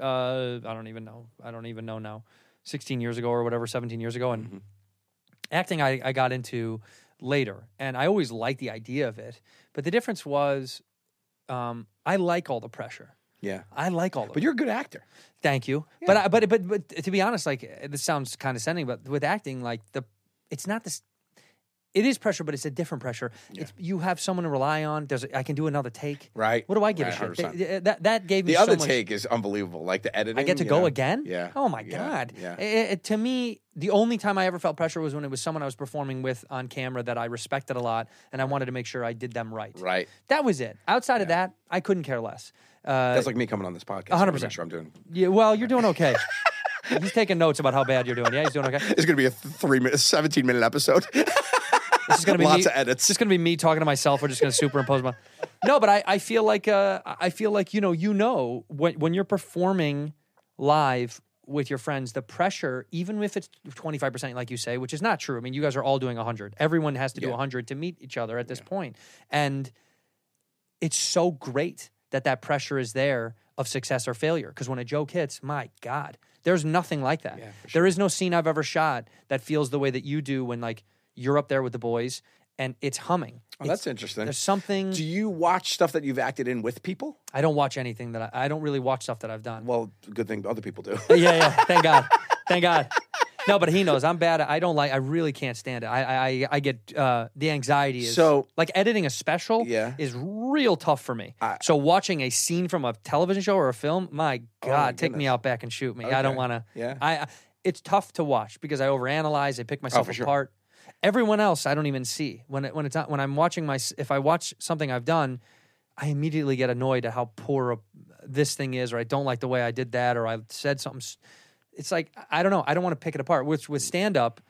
A: uh, I don't even know. I don't even know now. 16 years ago or whatever, 17 years ago. And
I: Mm-hmm.
A: acting, I, I got into later. And I always liked the idea of it. But the difference was um, I like all the pressure.
I: Yeah.
A: I like all the
I: But you're a good actor.
A: Thank you. But I But, but but to be honest, like uh, this sounds condescending, but with acting, like the it's not this. It is pressure, but it's a different pressure. It's, you have someone to rely on. There's a, I can do another take.
I: Right.
A: What do I give
I: Right,
A: a shit?
I: 100%.
A: Th- th- that that gave me
I: The
A: so
I: other
A: much-
I: take is unbelievable. Like the editing.
A: I get to
I: you
A: go
I: know?
A: again.
I: Yeah.
A: Oh my
I: Yeah.
A: god.
I: Yeah.
A: It- it- to me, the only time I ever felt pressure was when it was someone I was performing with on camera that I respected a lot, and I wanted to make sure I did them right.
I: Right.
A: That was it. Outside of that, I couldn't care less. Uh,
I: That's like me coming on this podcast. I wanna
A: 100%.
I: Make sure I'm doing.
A: yeah, well, you're doing okay. he's taking notes about how bad you're doing. Yeah, he's doing okay.
I: It's going to be a th- three minute, 17 minute episode.
A: This is gonna be
I: Lots
A: me,
I: of edits.
A: It's just gonna be me talking to myself. We're just gonna superimpose my. No, but I, I feel like uh, I feel like you know you know when when you're performing live with your friends, the pressure, even if it's twenty five percent, like you say, which is not true. I mean, you guys are all doing hundred. Everyone has to do
I: Yeah.
A: hundred to meet each other at this point, and it's so great that that pressure is there of success or failure. Because when a joke hits, my God, there's nothing like that. There is no scene I've ever shot that feels the way that you do when like you're up there with the boys and it's humming.
I: *laughs* Oh,
A: It's-
I: that's interesting.
A: There's something
I: Do you watch stuff that you've acted in with people?
A: I don't watch anything that I, I don't really watch stuff that I've done.
I: Well, good thing other people do.
A: *laughs* yeah, yeah. Thank God. Thank God. No, but he knows I'm bad. at- I don't like. I really can't stand it. I I, I get uh, the anxiety is
I: So-
A: like editing a special
I: Yeah.
A: is real tough for me. so watching a scene from a television show or a film, my God, take me
I: Oh goodness.
A: out back and shoot me. I don't
I: Okay.
A: want to.
I: Yeah.
A: I I- it's tough to watch because I overanalyze. I pick myself
I: Oh, for sure.
A: apart. Everyone else, I don't even see when it, when it's not, when I'm watching my. s- If I watch something I've done, I immediately get annoyed at how poor a, this thing is, or I don't like the way I did that, or I said something. s- It's like I don't know. I don't want to pick it apart. With with stand up,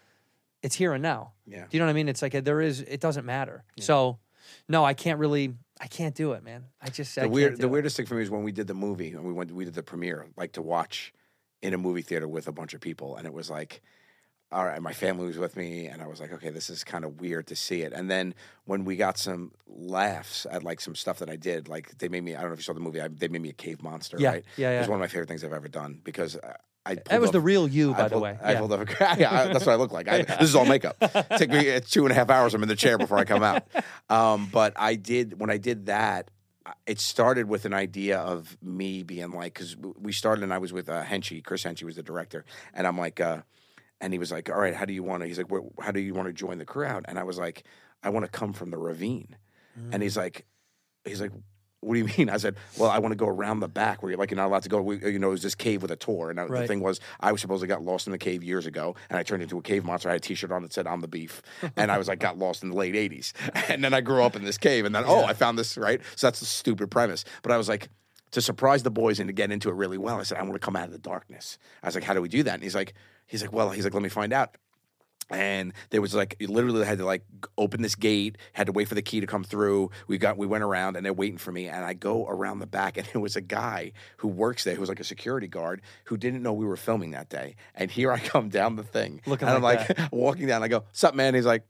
A: it's here and now.
I: Yeah.
A: Do you know what I mean? It's like there is. It doesn't matter. So, no, I can't really. I can't do it, man. I just I
I: the
A: can't
I: weird,
A: do
I: the
A: it.
I: weirdest thing for me is when we did the movie and we went, we did the premiere, like to watch in a movie theater with a bunch of people, and it was like. all right, my family was with me, and I was like, okay, this is kind of weird to see it. And then when we got some laughs at like some stuff that I did, like they made me, I don't know if you saw the movie, I, they made me a cave monster,
A: Yeah,
I: right?
A: yeah,
I: It was
A: yeah.
I: one of my favorite things I've ever done because I. I
A: That
I: pulled
A: was
I: off-
A: the real you,
I: I
A: by the
I: pulled-
A: way.
I: I
A: Yeah.
I: pulled off a- yeah, I- that's what I look
A: *laughs*
I: like. I, This is all makeup. Take me uh, two and a half hours. I'm in the chair before I
A: *laughs*
I: come out. Um, but I did when I did that. I- It started with an idea of me being like, because we started and I was with uh, Henchy. Chris Henchy was the director, and I'm like, uh, and he was like, all right, how do you want to? He's like, "Where- how do you want to join the crowd? And I was like, I want to come from the ravine.
A: Mm.
I: And he's like, he's like, what do you *laughs* mean? I said, well, I want to go around the back where you're like, you're not allowed to go. We, you know, it was this cave with a tour. And I,
A: Right.
I: the thing was, I was supposed to got lost in the cave years ago and I turned into a cave monster. I had a t-shirt on that said, I'm the beef. And I was like, got lost in the late 80s. *laughs* And then I grew up in this cave and then, oh, I found this, right? So that's the stupid premise. But I was like, to surprise the boys and to get into it really well, I said, I want to come out of the darkness. I was like, how do we do that? And he's like, he's like, well, he's like, let me find out and there was like you literally had to like g- open this gate had to wait for the key to come through we got we went around and they're waiting for me and i go around the back and *laughs* it was a guy who works there who was like a security guard who didn't know we were filming that day and here i come down the thing
A: Looking
I: and
A: like
I: i'm like *laughs* walking down i go sup man he's like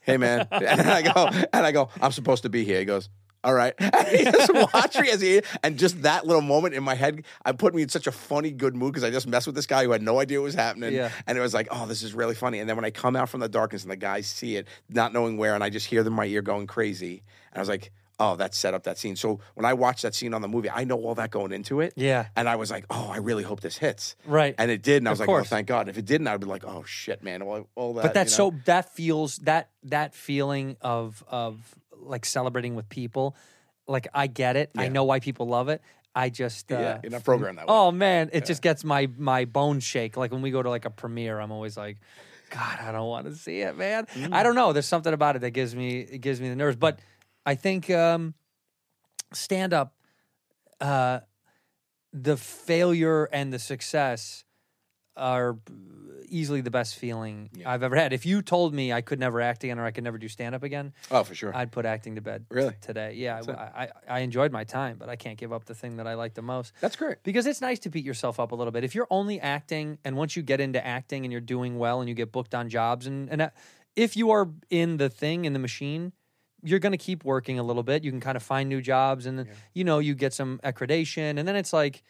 I: hey man
A: *laughs*
I: and i go and i go i'm supposed to be here he goes all right *laughs* and
A: *laughs*
I: he just watched me as he and just that little moment in my head i put me in such a funny good mood because i just messed with this guy who had no idea what was happening
A: Yeah.
I: and it was like oh this is really funny and then when i come out from the darkness and the guys see it not knowing where and i just hear them in my ear going crazy and i was like oh that set up that scene so when i watched that scene on the movie i know all that going into it
A: Yeah.
I: and i was like oh i really hope this hits
A: Right.
I: and it did and i
A: Of
I: was like
A: course.
I: oh thank god if it didn't i'd be like oh shit man all, all that
A: but that's
I: uh, you know?
A: so that feels that that feeling of of like celebrating with people like i get it i
I: Yeah.
A: know why people love it i just uh,
I: yeah you're not programmed that way
A: oh man it just gets my my bone shake like when we go to like a premiere i'm always like god i don't want to see it man
I: Mm.
A: i don't know there's something about it that gives me it gives me the nerves but i think um stand up uh the failure and the success are easily the best feeling I've ever had. If you told me I could never act again or I could never do stand up again,
I: oh for sure
A: I'd put acting to bed.
I: Really?
A: Today, yeah, I, I I enjoyed my time, but I can't give up the thing that I like the most.
I: That's great.
A: because it's nice to beat yourself up a little bit. If you're only acting, and once you get into acting and you're doing well and you get booked on jobs, and and uh, if you are in the thing in the machine, you're going to keep working a little bit. You can kind of find new jobs, and then, you know you get some accreditation, and then it's like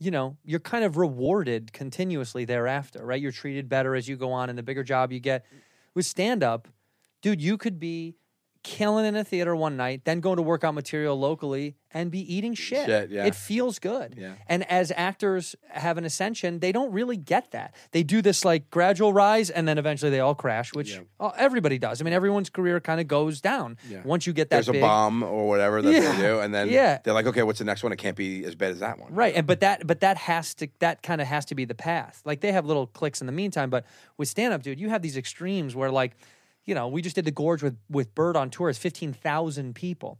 A: you know, you're kind of rewarded continuously thereafter, right? You're treated better as you go on, and the bigger job you get with stand up, dude, you could be killing in a theater one night, then going to work on material locally and be eating shit.
I: Shit, yeah.
A: It feels good.
I: Yeah.
A: And as actors have an ascension, they don't really get that. They do this like gradual rise, and then eventually they all crash, which uh, everybody does. I mean, everyone's career kind of goes down once you get that
I: there's a
A: big-
I: bomb or whatever that
A: Yeah.
I: they do, and then
A: Yeah.
I: they're like, okay, what's the next one? It can't be as bad as that one,
A: Right, and but that but that has to that kind of has to be the path. Like they have little clicks in the meantime, but with stand up, dude, you have these extremes where like, you know, we just did the gorge with with Bird on tour. It's fifteen thousand people,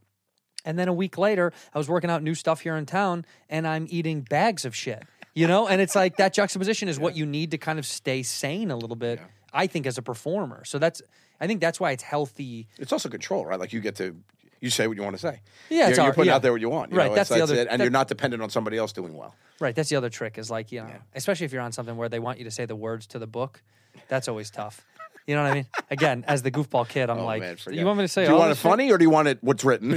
A: and then a week later, I was working out new stuff here in town, and I'm eating bags of shit. You know, and it's like that juxtaposition is what you need to kind of stay sane a little bit. I think as a performer, so that's I think that's why it's healthy.
I: It's also control, right? Like you get to you say what you want to say.
A: Yeah,
I: you're,
A: it's
I: you're
A: our-
I: putting
A: yeah.
I: out there what you want. you
A: Right,
I: know,
A: that's
I: it's-
A: the other-
I: it, and
A: that-
I: you're not dependent on somebody else doing well.
A: Right, that's the other trick is like you know, especially if you're on something where they want you to say the words to the book, that's always tough. You know what I mean? Again, as the goofball kid, I'm
I: Oh,
A: like,
I: man, forget
A: you want me to say?
I: Do you
A: all
I: want it
A: this shit?"
I: funny or do you want it what's
A: *laughs*
I: written?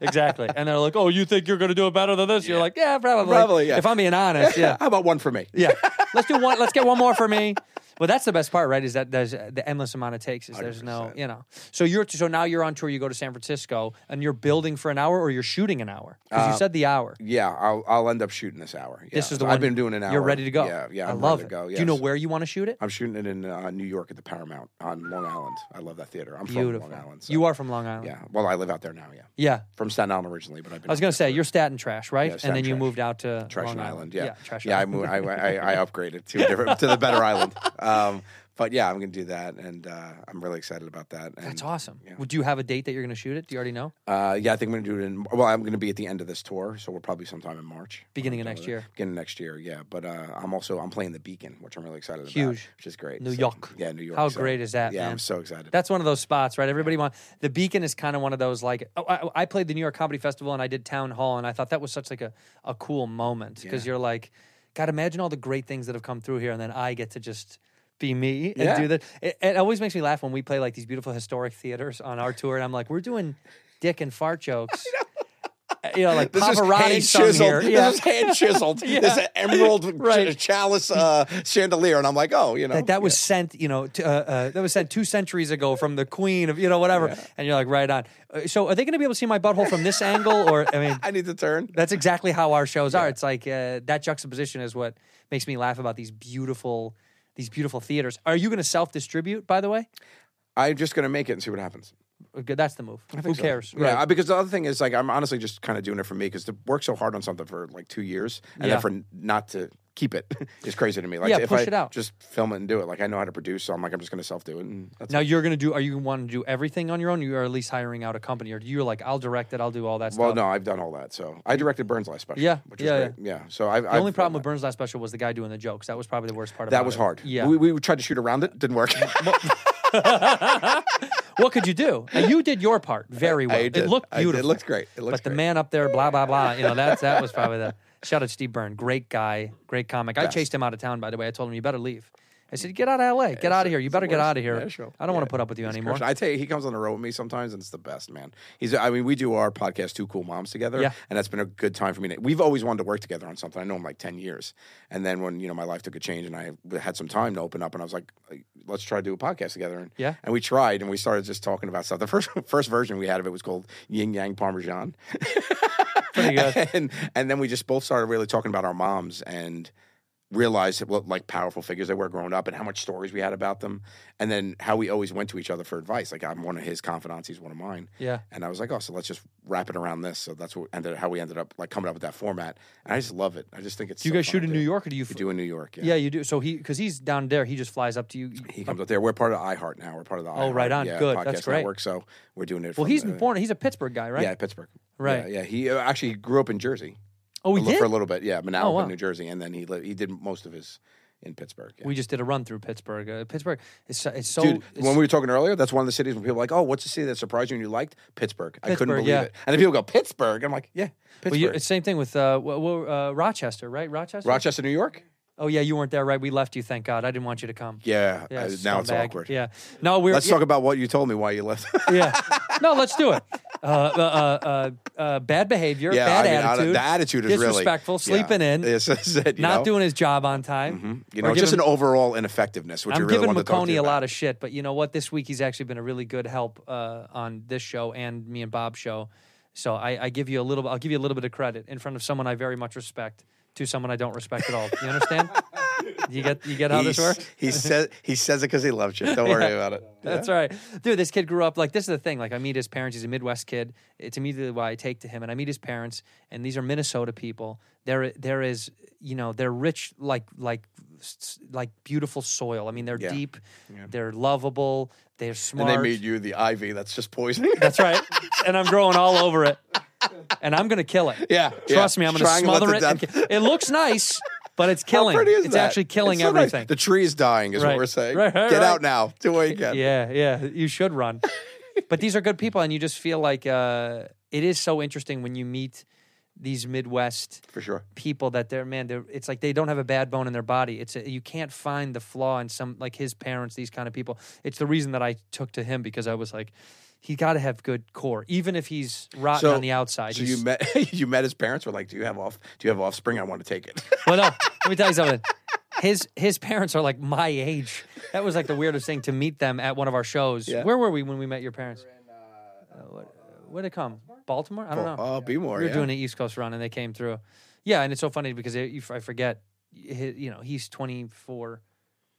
A: exactly? And they're like, oh, you think you're going to do it better than this? You're like, yeah, probably.
I: Probably, yeah.
A: If I'm being honest, yeah,
I: *laughs* How about one for me?
A: yeah. Let's do one. Let's get one more for me. Well, that's the best part, right? Is that there's uh, the endless amount of takes. Is there's no, you know. So you're so now you're on tour. You go to San Francisco and you're building for an hour, or you're shooting an hour because
I: Uh,
A: you said the hour.
I: Yeah, I'll, I'll end up shooting this hour. Yeah.
A: This is the
I: So
A: one
I: I've been doing an hour.
A: You're ready to go.
I: Yeah, yeah.
A: I
I: I'm
A: love
I: ready
A: it.
I: to go.
A: Do you know
I: yes.
A: where you want to shoot it?
I: I'm shooting it in uh, New York at the Paramount on Long Island. I love that theater. I'm
A: Beautiful.
I: from Long Island. so-
A: You are from Long Island.
I: Yeah. Well, I live out there now. Yeah.
A: Yeah.
I: From Staten Island originally, but I've been.
A: I was
I: out
A: gonna
I: there
A: say
I: for-
A: you're Staten Trash, right?
I: Yeah,
A: and
I: Staten
A: then you
I: Trash.
A: moved out to
I: Trash
A: Long
I: and Island. Yeah,
A: Trash
I: yeah. I,
A: Island.
I: moved, I, I I upgraded to a different to the better island. Um, but yeah, I'm gonna do that, and uh, I'm really excited about that. And,
A: That's awesome. Would you have a date that you're gonna shoot it? Do you already know?
I: Uh, yeah, I think I'm gonna do it in. Well, I'm gonna be at the end of this tour, so we're probably sometime in March,
A: Beginning of next year.
I: beginning of next year. Yeah, but uh, I'm also I'm playing the Beacon, which I'm really excited about.
A: Huge.
I: which is great.
A: New
I: So,
A: York.
I: Yeah, New York.
A: How
I: so-
A: great is that?
I: Yeah,
A: man?
I: I'm so excited.
A: That's one of those spots, right? Everybody want the Beacon is kind of one of those like oh, I, I played the New York Comedy Festival and I did Town Hall and I thought that was such like a, a cool moment because you're like, God, imagine all the great things that have come through here and then I get to just be me and
I: Yeah.
A: do that. It, it always makes me laugh when we play like these beautiful historic theaters on our tour, and I'm like, we're doing dick and fart
I: *laughs*
A: jokes. Uh, You know, like
I: This is
A: Pavarotti
I: hand
A: sung
I: chiseled.
A: here. Yeah.
I: This is
A: *laughs*
I: hand chiseled. This is emerald ch-
A: Right.
I: chalice uh, chandelier, and I'm like, oh, you know,
A: Like that was sent, you know, to, uh, uh, that was sent two centuries ago from the queen of, you know, whatever. And you're like, right on. Uh, So are they going to be able to see my butthole from this angle? Or, I
I: *laughs*
A: mean,
I: I need to turn.
A: that's exactly how our shows are. It's like uh, that juxtaposition is what makes me laugh about these beautiful, these beautiful theaters. Are you going to self distribute, by the way?
I: I'm just gonna make it and see what happens.
A: Okay, That's the move. Who
I: think so.
A: cares?
I: Yeah, because the other thing is like I'm honestly just kind of doing it for me because to work so hard on something for like two years and
A: Yeah.
I: then for n- not to keep it *laughs* is crazy to me. Like
A: Yeah,
I: if
A: push
I: I
A: it out.
I: just film it and do it, like I know how to produce, so I'm like I'm just gonna self do it. And that's
A: Now you're going to do, are you wanting to do everything on your own? You are at least hiring out a company or you're like, I'll direct it. I'll do all that
I: well,
A: stuff.
I: no, I've done all that. So I directed Burns Last Special.
A: Yeah,
I: which was
A: yeah,
I: great. yeah. So I've,
A: The only problem with Burns' last special was the guy doing the jokes. That was probably the worst part.
I: that
A: about
I: was
A: it.
I: hard.
A: Yeah.
I: we, we tried to shoot around it, didn't work.
A: what could you do? Now, you did your part very well.
I: *laughs* I did.
A: It looked
I: I did. It
A: beautiful.
I: looked great. It looked
A: but the
I: great.
A: man up there, blah blah blah. You know, that's that was probably the shout out Steve Byrne, great guy, great comic. I chased him out of town. By the way, I told him you better leave. I said, get out of L.A. Get out of here. You better get out of here.
I: Nashville.
A: I don't want
I: Yeah,
A: to put up with you
I: He's
A: anymore.
I: crushing. I tell you, he comes on the road with me sometimes, and it's the best, man. He's, I mean, we do our podcast, Two Cool Moms, together,
A: Yeah.
I: and that's been a good time for me. to- We've always wanted to work together on something. I know him like ten years, and then when you know my life took a change, and I had some time to open up, and I was like, let's try to do a podcast together. And,
A: Yeah.
I: and we tried, and we started just talking about stuff. The first *laughs* first version we had of it was called Yin Yang Parmesan.
A: Pretty
I: *laughs*
A: good.
I: and and then we just both started really talking about our moms and realized that what like powerful figures they were growing up and how much stories we had about them and then how we always went to each other for advice like i'm one of his confidants he's one of mine
A: Yeah.
I: and i was like oh so let's just wrap it around this so that's what ended how we ended up like coming up with that format and i just love it i just think it's
A: Do you
I: so
A: guys
I: fun
A: shoot
I: to
A: in
I: do.
A: New York or do you?
I: we do in new york yeah,
A: yeah, you do. So he because he's down there, he just flies up to you.
I: he comes up there we're part of iheart now we're part of the
A: Oh, right
I: iHeart,
A: on.
I: yeah,
A: Good.
I: podcast
A: That's great.
I: network so we're doing it
A: Well,
I: from
A: he's
I: the-
A: born. He's a Pittsburgh guy, right?
I: yeah pittsburgh
A: Right.
I: yeah, yeah. he uh, actually grew up in jersey
A: Oh,
I: a
A: we
I: li-
A: did. Oh,
I: for a little bit. Yeah, Manalapan,
A: wow.
I: New Jersey, and then he li- he did most of his in Pittsburgh. yeah.
A: We just did a run through Pittsburgh. Uh, Pittsburgh. It's so- it's so.
I: Dude,
A: it's-
I: when we were talking earlier, that's one of the cities when people are like, "Oh, what's the city that surprised you and you liked?" Pittsburgh. I couldn't
A: Pittsburgh,
I: believe
A: yeah.
I: it. And then people go, "Pittsburgh." I'm like, "Yeah,
A: well,
I: Pittsburgh."
A: you, same thing with uh, wh- wh- uh, Rochester, right? Rochester.
I: Rochester, New York.
A: Oh yeah, you weren't there, right? We left you. Thank God. I didn't want you to come.
I: Yeah.
A: Yeah,
I: uh, now it's
A: scumbag.
I: awkward.
A: Yeah. No, we're.
I: Let's
A: yeah,
I: talk about what you told me why you left.
A: yeah. No, let's do it. Uh, uh, uh, uh, uh, bad behavior.
I: *laughs* yeah,
A: bad
I: I mean, I don't-
A: attitude.
I: the attitude is
A: disrespectful.
I: really
A: Sleeping
I: yeah.
A: in.
I: Yes, that's it, you
A: not
I: know? Mm-hmm.
A: doing his job on time.
I: You
A: We're
I: know, just
A: giving-
I: an overall ineffectiveness, which
A: I'm
I: we really
A: giving
I: wanted to talk to
A: McConey a
I: you about.
A: lot of shit, but you know what? This week he's actually been a really good help uh, on this show and me and Bob's show. So I, I give you a little. I'll give you a little bit of credit in front of someone I very much respect to someone I don't respect at all. You
I: *laughs*
A: understand? you get you get how this
I: He's-
A: works.
I: He says he says it because he loves you.
A: *laughs*
I: Don't worry about it.
A: That's right. Dude, this kid grew up like this is the thing. Like I meet his parents, he's a Midwest kid. It's immediately why I take to him and I meet his parents and these are Minnesota people. There there is, you know, they're rich like like s- like beautiful soil. I mean, they're
I: Yeah.
A: deep, they're lovable, they're
I: And
A: smart.
I: they made you the ivy. That's just poisoning.
A: *laughs* That's right. and I'm growing all over it. And I'm going to kill it.
I: *laughs* Yeah,
A: Trust
I: yeah.
A: me, I'm going to
I: Strangle it
A: smother
I: to
A: it. and
I: death.
A: ki- it looks nice, but it's
I: *laughs* How
A: killing.
I: pretty is
A: it's
I: that?
A: actually killing
I: It's so nice.
A: everything.
I: The tree is dying, is
A: Right.
I: what we're saying.
A: Right, right,
I: Get
A: right.
I: out now. *laughs* Do what you can.
A: Yeah, yeah, you should run. but these are good people, and you just feel like uh, it is so interesting when you meet these Midwest
I: For sure.
A: people that they're man, they're, it's like they don't have a bad bone in their body. It's a, you can't find the flaw in some like his parents, these kind of people. It's the reason that I took to him because I was like, he got to have good core, even if he's rotten on the outside.
I: So
A: he's-
I: you met *laughs* you met his parents. Were like, do you have off? Do you have offspring? I want to take it. *laughs*
A: Well, no, let me tell you something. His his parents are like my age. That was like the weirdest thing to meet them at one of our shows.
I: Yeah.
A: Where were we when we met your parents? Uh, what, where'd it come? Baltimore? I don't know.
I: oh, be more.
A: we were
I: yeah.
A: doing an East Coast run and they came through. Yeah, and it's so funny because it, you, I forget. hi- You know, he's 24.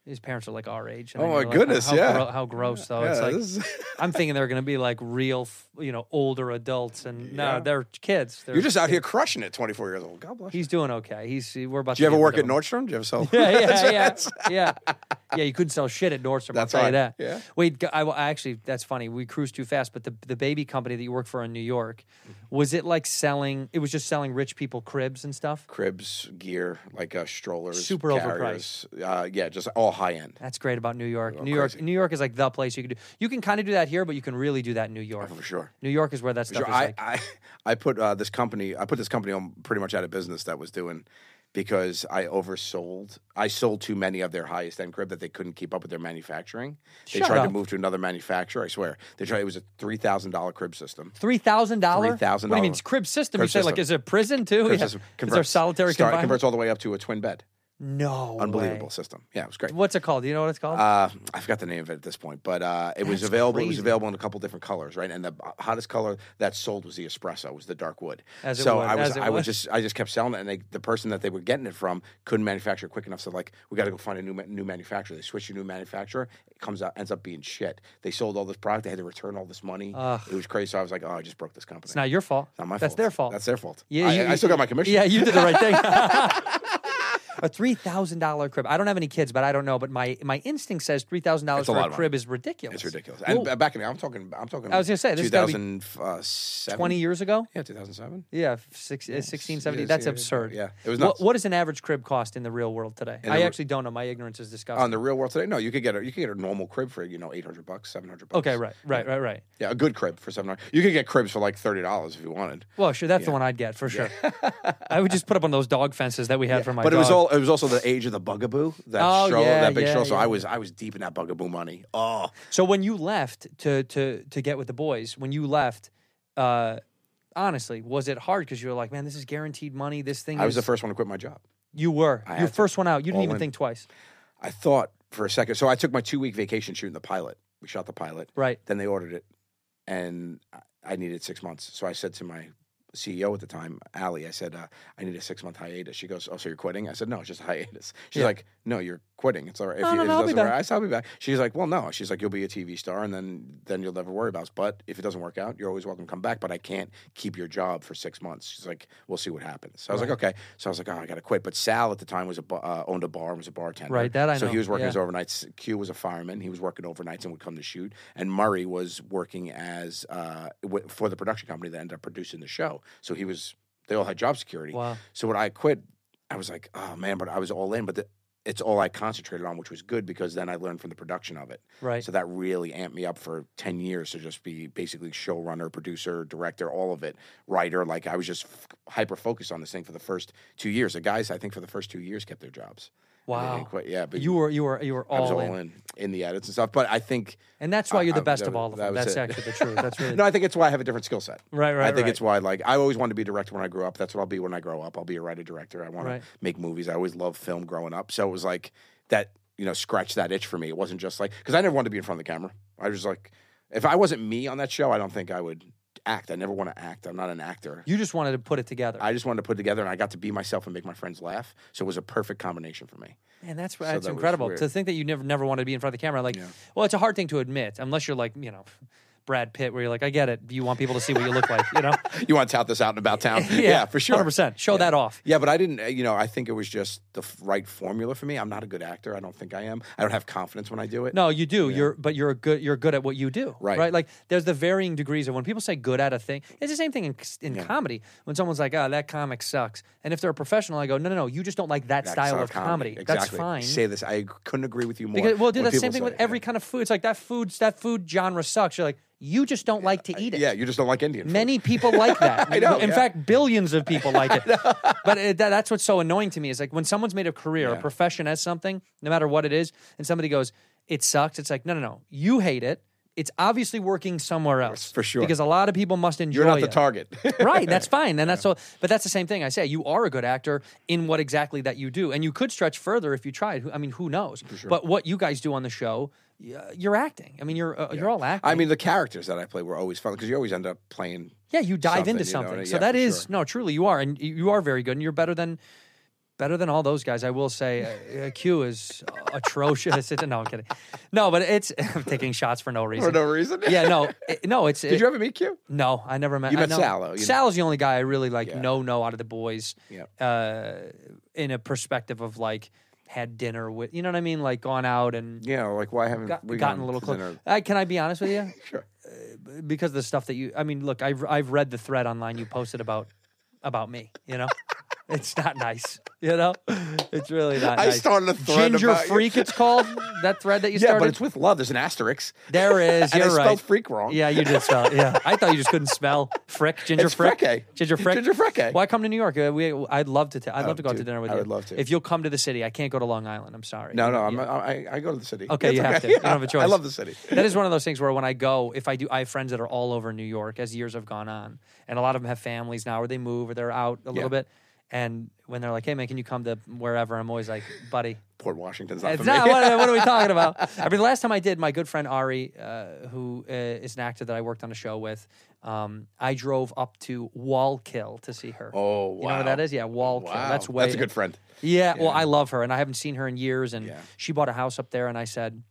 A: His parents are like our age. and
I: Oh
A: then
I: my
A: you're like,
I: goodness,
A: How,
I: yeah.
A: gro- how gross though.
I: Yeah,
A: it's like
I: this is- *laughs*
A: I'm thinking they're going to be like real, f- you know, older adults, and no, they're kids. They're,
I: you're just out here crushing it. 24 years old. God bless. you.
A: He's doing okay. He's we're about.
I: Do you
A: to
I: ever
A: get
I: work
A: rid
I: at
A: of him.
I: Nordstrom? Do you ever sell? *laughs*
A: Yeah, yeah, yeah, yeah, yeah. You couldn't sell shit at Nordstrom.
I: That's
A: I'll tell you
I: right.
A: that.
I: Yeah.
A: Wait, I, I actually that's funny. We cruised too fast, but the the baby company that you work for in New York,
I: Mm-hmm.
A: was it like selling? It was just selling rich people cribs and stuff.
I: Cribs, gear, like uh, strollers,
A: Super
I: carriers, Uh, yeah, just all high end.
A: That's great about New York. New York,
I: crazy.
A: New York is like the place you can do. You can kind of do that here, but you can really do that in New York
I: Oh, for sure.
A: New York is where that stuff
I: Sure,
A: is
I: I,
A: like.
I: I I put uh, this company I put this company on pretty much out of business that was doing because I oversold. I sold too many of their highest end crib that they couldn't keep up with their manufacturing. They
A: Shut
I: tried
A: up.
I: to move to another manufacturer. I swear they tried. It was a three thousand dollar crib system.
A: Three thousand dollars.
I: $3,000.
A: What do you mean it's crib system? you
I: Crib
A: say like
I: system.
A: is it prison too?
I: Crib
A: yeah.
I: system
A: Is there solitary
I: Start-
A: confinement?
I: converts all the way up to a twin bed.
A: No,
I: Unbelievable
A: way.
I: system. Yeah, it was great.
A: What's it called? Do you know what it's called?
I: Uh, I forgot the name of it at this point, but uh, it was available. It was available in a couple different colors, right? And the hottest color that sold was the espresso, was the dark wood.
A: As it
I: so
A: would,
I: I was,
A: as it
I: I
A: would.
I: was just, I just kept selling it, and they, the person that they were getting it from couldn't manufacture it quick enough. So like, we got to go find a new ma- new manufacturer. They switched to a new manufacturer. It comes out, ends up being shit. They sold all this product. They had to return all this money. It was crazy. So I was like, oh, I just broke this company.
A: it's not your fault.
I: Not my
A: That's
I: fault.
A: their fault.
I: That's their fault.
A: Yeah,
I: I,
A: you-
I: I still got my commission.
A: Yeah, you did the right thing. *laughs* a three thousand dollar crib. I don't have any kids, but I don't know. But my my instinct says three thousand dollars
I: It's a
A: for
I: lot
A: a
I: of money.
A: crib is ridiculous.
I: It's ridiculous.
A: Well,
I: And uh, b- back in the, I'm talking, I'm talking.
A: I was gonna say, this has gotta be
I: 2007?
A: Twenty years ago.
I: Yeah, 2007.
A: Yeah, f- six, uh, 16,
I: yeah,
A: 17.
I: yeah,
A: That's
I: yeah,
A: absurd.
I: yeah. It was
A: What,
I: nuts.
A: what does an average crib cost in the real world today?
I: In the
A: I
I: re-
A: actually don't know. My ignorance is disgusting.
I: on the real world today, no, you could get a you could get a normal crib for you know eight hundred bucks, seven hundred bucks.
A: okay, right, right, right, right.
I: Yeah, a good crib for seven hundred. You could get cribs for like thirty dollars if you wanted.
A: Well, sure, that's the one I'd get for sure.
I: *laughs*
A: I would just put up on those dog fences that we had for my.
I: but it was
A: dog.
I: all it was also the age of the bugaboo that
A: Oh,
I: stroller
A: yeah,
I: that big
A: yeah,
I: stroller. So
A: yeah.
I: I was I was deep in that bugaboo money. Oh,
A: So when you left to to to get with the boys, when you left, uh, honestly, was it hard because you were like, man, this is guaranteed money. This thing.
I: I was
A: is-
I: the first one to quit my job.
A: You were
I: I
A: your
I: had to.
A: first one out. You didn't
I: All
A: even
I: in.
A: think twice.
I: I thought for a second. So I took my two week vacation shooting the pilot. We shot the pilot.
A: Right.
I: Then they ordered it, and I- I needed six months. So I said to my CEO at the time, Allie, I said, uh, I need a six month hiatus. She goes, Oh, so you're quitting? I said, No, it's just a hiatus. She's
A: Yeah.
I: like, No, you're quitting. It's all right. If
A: No,
I: you,
A: no,
I: if
A: no,
I: it
A: I'll be
I: doesn't work,
A: back.
I: I said, I'll be back. She's like, Well, no. She's like, You'll be a TV star, and then then you'll never worry about us. But if it doesn't work out, you're always welcome to come back. But I can't keep your job for six months. She's like, We'll see what happens. So I was like, Okay. So I was like, Oh, I got to quit. But Sal at the time was a, ba- uh, owned a bar and was a bartender.
A: Right, that I
I: So
A: know,
I: he was working
A: yeah.
I: as overnights. Q was a fireman. He was working overnights and would come to shoot. And Murray was working as uh, w- for the production company that ended up producing the show. So he was. They all had job security.
A: Wow.
I: So when I quit, I was like, oh man, but I was all in. But the, it's all I concentrated on, which was good because then I learned from the production of it.
A: Right.
I: So that really amped me up for ten years to just be basically showrunner, producer, director, all of it, writer. Like I was just f- hyper focused on this thing for the first two years. The guys, I think, for the first two years, kept their jobs. And they didn't
A: Wow.
I: quit. Yeah, but
A: You were you were you were
I: I was
A: all, in.
I: all in. in the edits and stuff. But I think
A: and that's why
I: I-
A: you're the
I: I-
A: best
I: that
A: of
I: was-
A: all of
I: that
A: them.
I: was
A: That's
I: it.
A: actually the truth.
I: *laughs*
A: That's really
I: no, I think it's why I have a different skill set.
A: Right, right,
I: I think
A: right.
I: it's why like I always wanted to be a director when I grew up. That's what I'll be when I grow up. I'll be a writer director. I want
A: Right.
I: to make movies. I always loved film growing up. So it was like that, you know, scratched that itch for me. It wasn't just like because I never wanted to be in front of the camera. I was like, if I wasn't me on that show, I don't think I would act. I never want to act. I'm not an actor.
A: you just wanted to put it together,
I: I just wanted to put it together, and I got to be myself and make my friends laugh. So it was a perfect combination for me.
A: and that's that's
I: that was
A: incredible to
I: weird.
A: think that you never never wanted to be in front of the camera. Like, well, it's a hard thing to admit unless you're like you know. Brad Pitt, where you're like, I get it. You want people to see what you look like, you know?
I: You want to tout this out and
A: *laughs*
I: about town? yeah, for sure.
A: 100%. Show that off.
I: Yeah, but I didn't. uh, You know, I think it was just the f- right formula for me. I'm not a good actor. I don't think I am. I don't have confidence when I do it.
A: No, you do. You're but you're a good you're good at what you do.
I: Right.
A: Right. Like there's the varying degrees of when people say good at a thing. It's the same thing in, in comedy when someone's like, "Oh, that comic sucks," and if they're a professional, I go, "No, no, no. You just don't like that,
I: That
A: style
I: style
A: of comedy. That's
I: Exactly.
A: fine."
I: Say this. I couldn't agree with you more.
A: because well, dude,
I: when
A: that's the same
I: people
A: thing
I: say
A: with
I: it,
A: every
I: yeah.
A: kind of food. It's like that food that food genre sucks. You're like, you just don't like to eat it.
I: Yeah, you just don't like Indian. food.
A: Many people like that.
I: *laughs* I know,
A: In
I: yeah.
A: fact, billions of people like
I: *laughs*
A: it. but it, that, that's what's so annoying to me is like when someone's made a career, a
I: Yeah.
A: profession as something, no matter what it is, and somebody goes, "It sucks." It's like, no, no, no. You hate it. It's obviously working somewhere else
I: For sure.
A: Because a lot of people must enjoy.
I: You're not the
A: it.
I: target.
A: *laughs*
I: *laughs*
A: right. That's fine. And that's so. But that's the same thing I say. You are a good actor in what exactly that you do, and you could stretch further if you tried. Who- I mean, who knows? But what you guys do on the show, y- uh, you're acting. I mean, you're uh, you're all acting.
I: I mean, the characters that I play were always fun because you always end up playing.
A: Yeah, you dive
I: something,
A: into
I: you know,
A: something.
I: and-
A: so
I: yeah,
A: that
I: for
A: is
I: sure.
A: no, truly you are, and y- you are very good, and you're better than better than all those guys. I will say, uh, uh, Q is atrocious. *laughs* It's- no, I'm kidding. No, but it's *laughs* I'm taking shots for no
I: for
A: reason.
I: no reason.
A: yeah,
I: *laughs*
A: no, it- no. It's
I: Did you ever meet Q?
A: No, I never met.
I: You
A: I
I: met
A: know-
I: Sal, though, you know.
A: Sal's the only guy I really like.
I: Yeah.
A: No, no, out of the boys,
I: Yeah.
A: uh, in a perspective of like had dinner with. You know what I mean? Like gone out and.
I: Yeah. Like why haven't
A: Got,
I: we
A: gotten
I: gone
A: a little
I: to
A: close.
I: dinner?
A: Uh, can I be honest with you?
I: *laughs*
A: Uh,
I: Sure.
A: because of the
I: *laughs*
A: stuff that you I mean, look, I've I've read the thread online you posted about about me, you know? It's not nice. You know, it's really not.
I: I
A: nice.
I: started a thread
A: Ginger
I: about-
A: freak. It's called that thread that you
I: *laughs* Yeah,
A: started.
I: but it's with love. There's an asterisk.
A: there is.
I: And
A: You're
I: I
A: right.
I: spelled freak wrong.
A: Yeah, you did spell. it,
I: *laughs*
A: Yeah, I thought you just couldn't spell frick. Ginger
I: It's
A: frick.
I: fricke.
A: Ginger frick.
I: Ginger fricke.
A: Why come to New York? Uh, We, I'd love to. T- I'd love
I: Oh,
A: to go out to
I: dude,
A: dinner with
I: I
A: you.
I: would love to.
A: If you'll come to the city, I can't go to Long Island. I'm sorry.
I: No, no, I'm,
A: Yeah.
I: I, I go to the city.
A: Okay,
I: It's
A: you
I: *laughs*
A: have to. You don't have a choice.
I: I love the city.
A: That is one of those things where when I go, if I do, I have friends that are all over New York as years have gone on, and a lot of them have families now, or they move, or they're out a little
I: Yeah.
A: bit. And when they're like, "Hey, man, can you come to wherever?" I'm always like,
I: *laughs*
A: "Buddy,
I: Port Washington's not
A: it's
I: for
A: not.
I: *laughs* me.
A: What, what are we talking about?" I mean, the last time I did, my good friend Ari, uh, who uh, is an actor that I worked on a show with, um, I drove up to Wallkill to see her.
I: Oh,
A: you know where
I: wow.
A: that is? Yeah, Wallkill.
I: Wow.
A: That's way.
I: That's a good friend.
A: Yeah, well, I love her, and I haven't seen her in years. And
I: Yeah.
A: she bought a house up there, and I said,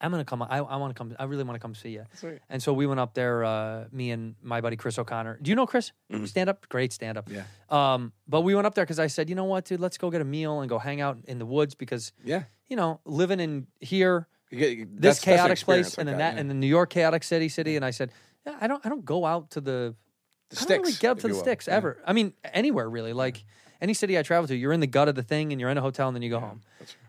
A: "I'm gonna come. I, I want to come. I really want to come see you." And so we went up there. Uh, me and my buddy Chris O'Connor. Do you know Chris? Stand up, great stand up.
I: Mm-hmm. Yeah.
A: Um, but we went up there because I said, "You know what, dude? Let's go get a meal and go hang out in the woods because,
I: Yeah.
A: you know, living in here,
I: You get- you-
A: this
I: that's- that's an
A: chaotic place,
I: experience
A: and
I: like
A: then that,
I: yeah.
A: and then New York chaotic city, city." And I said, "Yeah, I don't, I don't go out to the
I: the
A: I don't really
I: sticks,
A: get up
I: if
A: to
I: you
A: the
I: will.
A: sticks
I: Yeah.
A: ever. I mean, anywhere really. Like any city I travel to, you're in the gut of the thing, and you're in a hotel, and then you go home.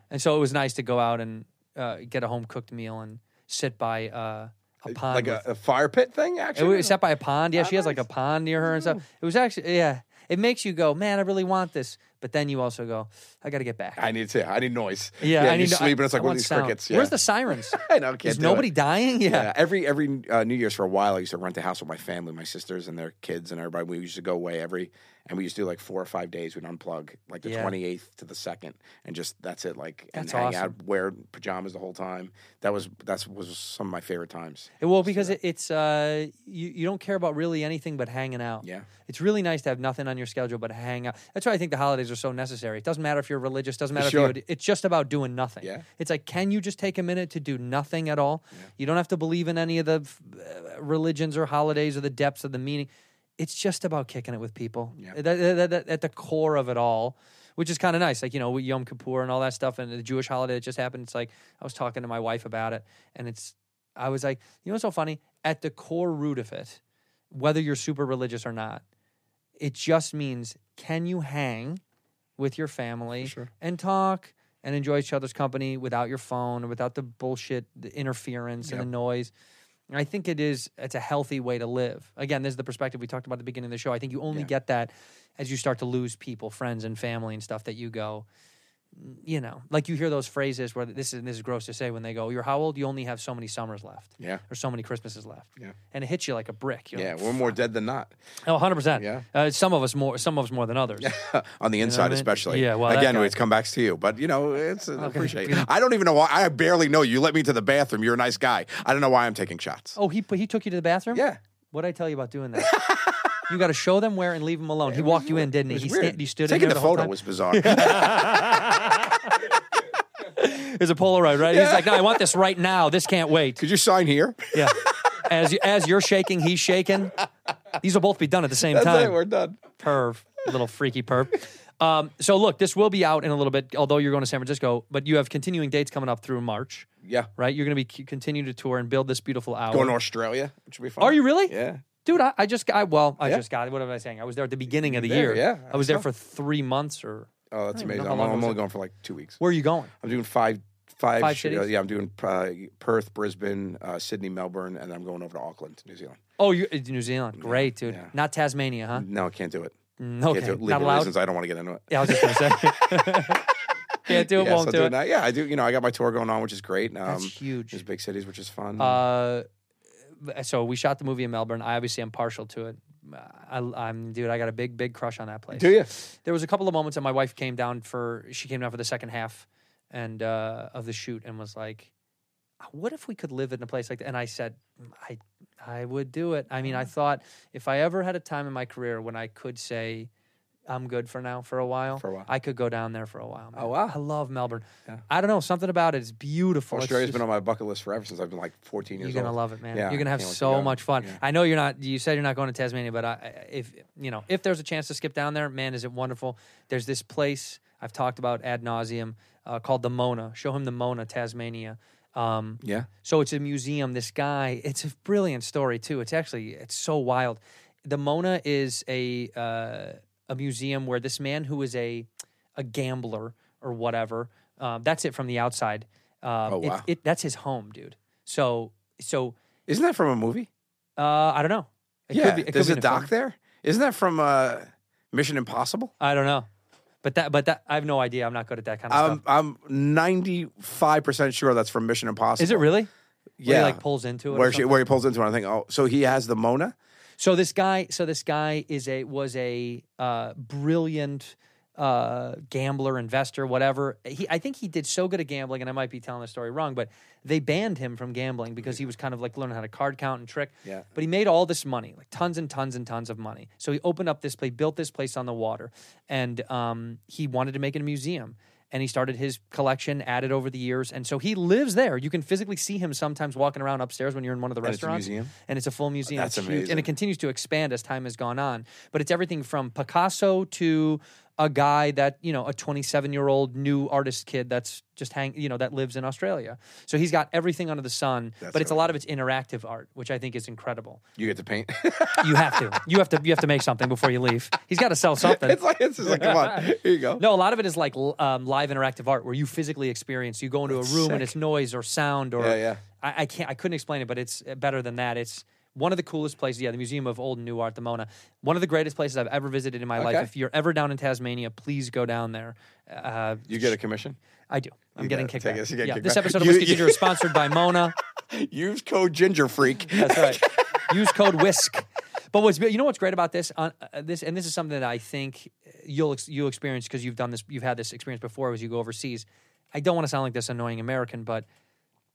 A: And so it was nice to go out and uh, get a home cooked meal and sit by uh, a pond.
I: Like a, Ah,
A: with-
I: a fire pit thing,
A: it
I: actually.
A: was sat by a pond. Yeah, she has like a pond near her and stuff. It was actually yeah. It makes you go, man, I really want this, but then you also go, I got to get back.
I: I need to. I need noise.
A: yeah, I
I: you
A: need to-
I: sleep, and it's
A: I
I: like one
A: want
I: of these
A: sound.
I: crickets. Yeah.
A: Where's the sirens?
I: *laughs* I know, can't
A: Is
I: do
A: nobody
I: it.
A: dying? *laughs* Yeah.
I: Yeah, every every uh, New Year's for a while, I used to rent a house with my family, my sisters and their kids and everybody. We used to go away every, and we used to do like four or five days. We'd unplug like the
A: Yeah.
I: twenty eighth to the second, and just that's it. Like and
A: That's
I: hang
A: awesome.
I: out, wear pajamas the whole time. That was that's was some of my favorite times.
A: It- Well, because it, it's uh, you you don't care about really anything but hanging out.
I: Yeah.
A: it's really nice to have nothing on your schedule but hang out. That's why I think the holidays are so necessary. It doesn't matter if you're religious, doesn't matter
I: Sure.
A: if you. It's just about doing nothing.
I: Yeah.
A: it's like can you just take a minute to do nothing at all? You don't have to believe in any of the uh, religions or holidays or the depths of the meaning. It's just about kicking it with people. Yeah. at the core of it all. Which is kind of nice, like you know, with Yom Kippur and all that stuff, and the Jewish holiday that just happened. It's like I was talking to my wife about it, and it's I was like, you know what's so funny? At the core root of it, whether you're super religious or not, it just means can you hang with your family and talk and enjoy each other's company without your phone and without the bullshit, the interference and the noise. And I think it is it's a healthy way to live. Again, this is the perspective we talked about at the beginning of the show. I think you only get that as you start to lose people, friends and family and stuff that you go, you know, like you hear those phrases where this is this is gross to say when they go, "You're how old? You only have so many summers left,
I: Yeah.
A: or so many Christmases left."
I: Yeah.
A: and it hits you like a brick. You're
I: Yeah,
A: like,
I: we're more dead than not
A: "Oh, 100 percent.
I: Yeah.
A: uh, some of us more, some of us more than others.
I: *laughs* on the inside,
A: I mean?
I: especially.
A: Yeah, well, that
I: again,
A: guy-
I: it's come back to you, but you know, it's I appreciate. it. I don't even know why. I barely know you. You Let me to the bathroom. You're a nice guy. I don't know why I'm taking shots.
A: Oh, he he took you to the bathroom.
I: Yeah.
A: what did I tell you about doing that? you got to show them where and leave them alone. He walked you in, didn't
I: It
A: he?
I: was
A: He,
I: weird.
A: sta- he stood in
I: Taking
A: there
I: the,
A: the whole
I: photo
A: time. *laughs*
I: was bizarre.
A: It's a Polaroid, right? He's like, "No, I want
I: *laughs*
A: this right now. This can't wait."
I: Could you sign here? *laughs*
A: *laughs* Yeah, as you- as you're shaking, he's shaking. These will both be done at the same
I: That's
A: time.
I: it. We're done.
A: perv, little freaky perv. Um, so look, this will be out in a little bit, although you're going to San Francisco, but you have continuing dates coming up through March,
I: Yeah.
A: right? You're going to be c- continue to tour and build this beautiful hour.
I: Going to Australia, which would be fun.
A: Are you really?
I: Yeah.
A: Dude, I, I just got, I- well, I
I: Yeah.
A: just got, what am I saying? I was there at the beginning of the year.
I: there, yeah,
A: I was
I: I
A: there
I: saw.
A: for three months or,
I: Oh, that's
A: don't even know
I: amazing.
A: how
I: I'm,
A: long it
I: I'm
A: was
I: only
A: it-
I: going for like two weeks.
A: where are you going?
I: I'm doing five, five,
A: Five
I: sh- uh,
A: cities?
I: yeah, I'm doing uh, Perth, Brisbane, uh, Sydney, Melbourne, and I'm going over to Auckland, New Zealand.
A: Oh, you're in New Zealand. Great, dude.
I: yeah.
A: Not Tasmania, huh?
I: No, I can't do it.
A: Mm,
I: Can't do
A: Okay.
I: it.
A: Not
I: Legal
A: allowed?
I: reasons. I don't want to get into it.
A: Yeah, I was just going to say.
I: *laughs*
A: Can't do it,
I: Yeah,
A: won't
I: so
A: do
I: doing
A: it.
I: that- Yeah, I do. You know, I got my tour going on, which is great. Um,
A: That's huge.
I: There's big cities, which is fun.
A: Uh, so we shot the movie in Melbourne. I obviously am partial to it. Uh, I, I'm dude. I got a big, big crush on that place.
I: do you?
A: There was a couple of moments that my wife came down for. She came down for the second half, and uh, of the shoot, and was like, "What if we could live in a place like that?" And I said, "I, I would do it." I mean,
I: Mm.
A: I thought if I ever had a time in my career when I could say. I'm good for now for a while.
I: For a while.
A: I could go down there for a while. man.
I: Oh, wow.
A: I love Melbourne. I don't know, something about it is beautiful. It's
I: Australia's
A: just-
I: been on my bucket list forever since I've been like 14 years
A: you're gonna
I: old.
A: love it, man.
I: Yeah,
A: you're gonna have
I: I can't wait to
A: so
I: go.
A: much fun.
I: Yeah.
A: I know you're not. You said you're not going to Tasmania, but I- I, if you know if there's a chance to skip down there, man, is it wonderful? There's this place I've talked about ad nauseum uh, called the Mona. Show him the Mona, Tasmania. Um,
I: Yeah.
A: so it's a museum. This guy, it's a brilliant story too. It's actually it's so wild. The Mona is a uh, a museum where this man who is a a gambler or whatever. Um, that's it from the outside. Um,
I: Oh,
A: it-
I: wow.
A: it- that's his home, dude. So so
I: Isn't that from a movie?
A: uh, I don't know. It
I: yeah,
A: it
I: there's
A: in
I: a doc
A: film.
I: there. Isn't that from uh, Mission Impossible?
A: I don't know, but that but that I have no idea. I'm not good at that kind of
I: I'm
A: stuff.
I: I'm 95 percent sure that's from Mission Impossible.
A: Is it really?
I: Yeah,
A: where he like pulls into it. or
I: where she,
A: something?
I: where he pulls into it. I think. Oh, so he has the Mona.
A: So this guy, so this guy is a was a uh, brilliant uh, gambler, investor, whatever. He, I think he did so good at gambling, and I might be telling the story wrong, but they banned him from gambling because he was kind of like learning how to card count and trick.
I: Yeah.
A: But he made all this money, like tons and tons and tons of money. So he opened up this place, built this place on the water, and um, he wanted to make it a museum. And he started his collection, added over the years, and so he lives there. You can physically see him sometimes walking around upstairs when you're in one of the
I: And it's a
A: restaurants,
I: museum?
A: and it's a full museum.
I: That's
A: It's huge, and
I: amazing.
A: it continues to expand as time has gone on. But it's everything from Picasso to a guy that you know, a 27 year old new artist kid that's just hang, you know, that lives in Australia. So he's got everything under the sun. but it's a lot of it's interactive art, which I think is incredible.
I: You get to paint. *laughs*
A: You have to, you have to, you have to make something before you leave. He's got to sell something.
I: *laughs* it's like it's just like come
A: *laughs*
I: on. Here you go.
A: No, a lot of it is like l- um, live interactive art where you physically experience. You go into a room and
I: sick.
A: it's noise or sound or
I: Yeah, yeah.
A: I, I can't. I couldn't explain it, but it's uh, better than that. It's one of the coolest places. Yeah, the Museum of Old and New Art, the Mona. One of the greatest places I've ever visited in my life.
I: Okay.
A: If you're ever down in Tasmania, please go down there. Uh,
I: You get a commission.
A: I do. I'm
I: You
A: getting
I: gotta
A: kicked
I: take
A: out.
I: us, you get
A: yeah,
I: kicked
A: this
I: back.
A: episode of
I: You-
A: Whiskey
I: you-
A: Ginger is sponsored by Mona.
I: Use code Ginger
A: *laughs*
I: Freak.
A: That's right. Use code WISC. But what's you know what's great about this on uh, this and this is something that I think uh, you'll ex- you will experience because you've done this you've had this experience before as you go overseas. I don't want to sound like this annoying American, but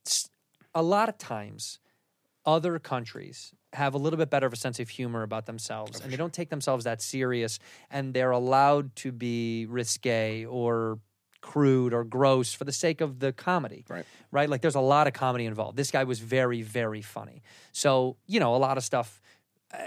A: s- a lot of times other countries have a little bit better of a sense of humor about
I: Oh,
A: themselves and they don't take themselves that serious and they're allowed to be risque or crude or gross for the sake of the comedy
I: Right.
A: right like there's a lot of comedy involved this guy was very very funny so you know a lot of stuff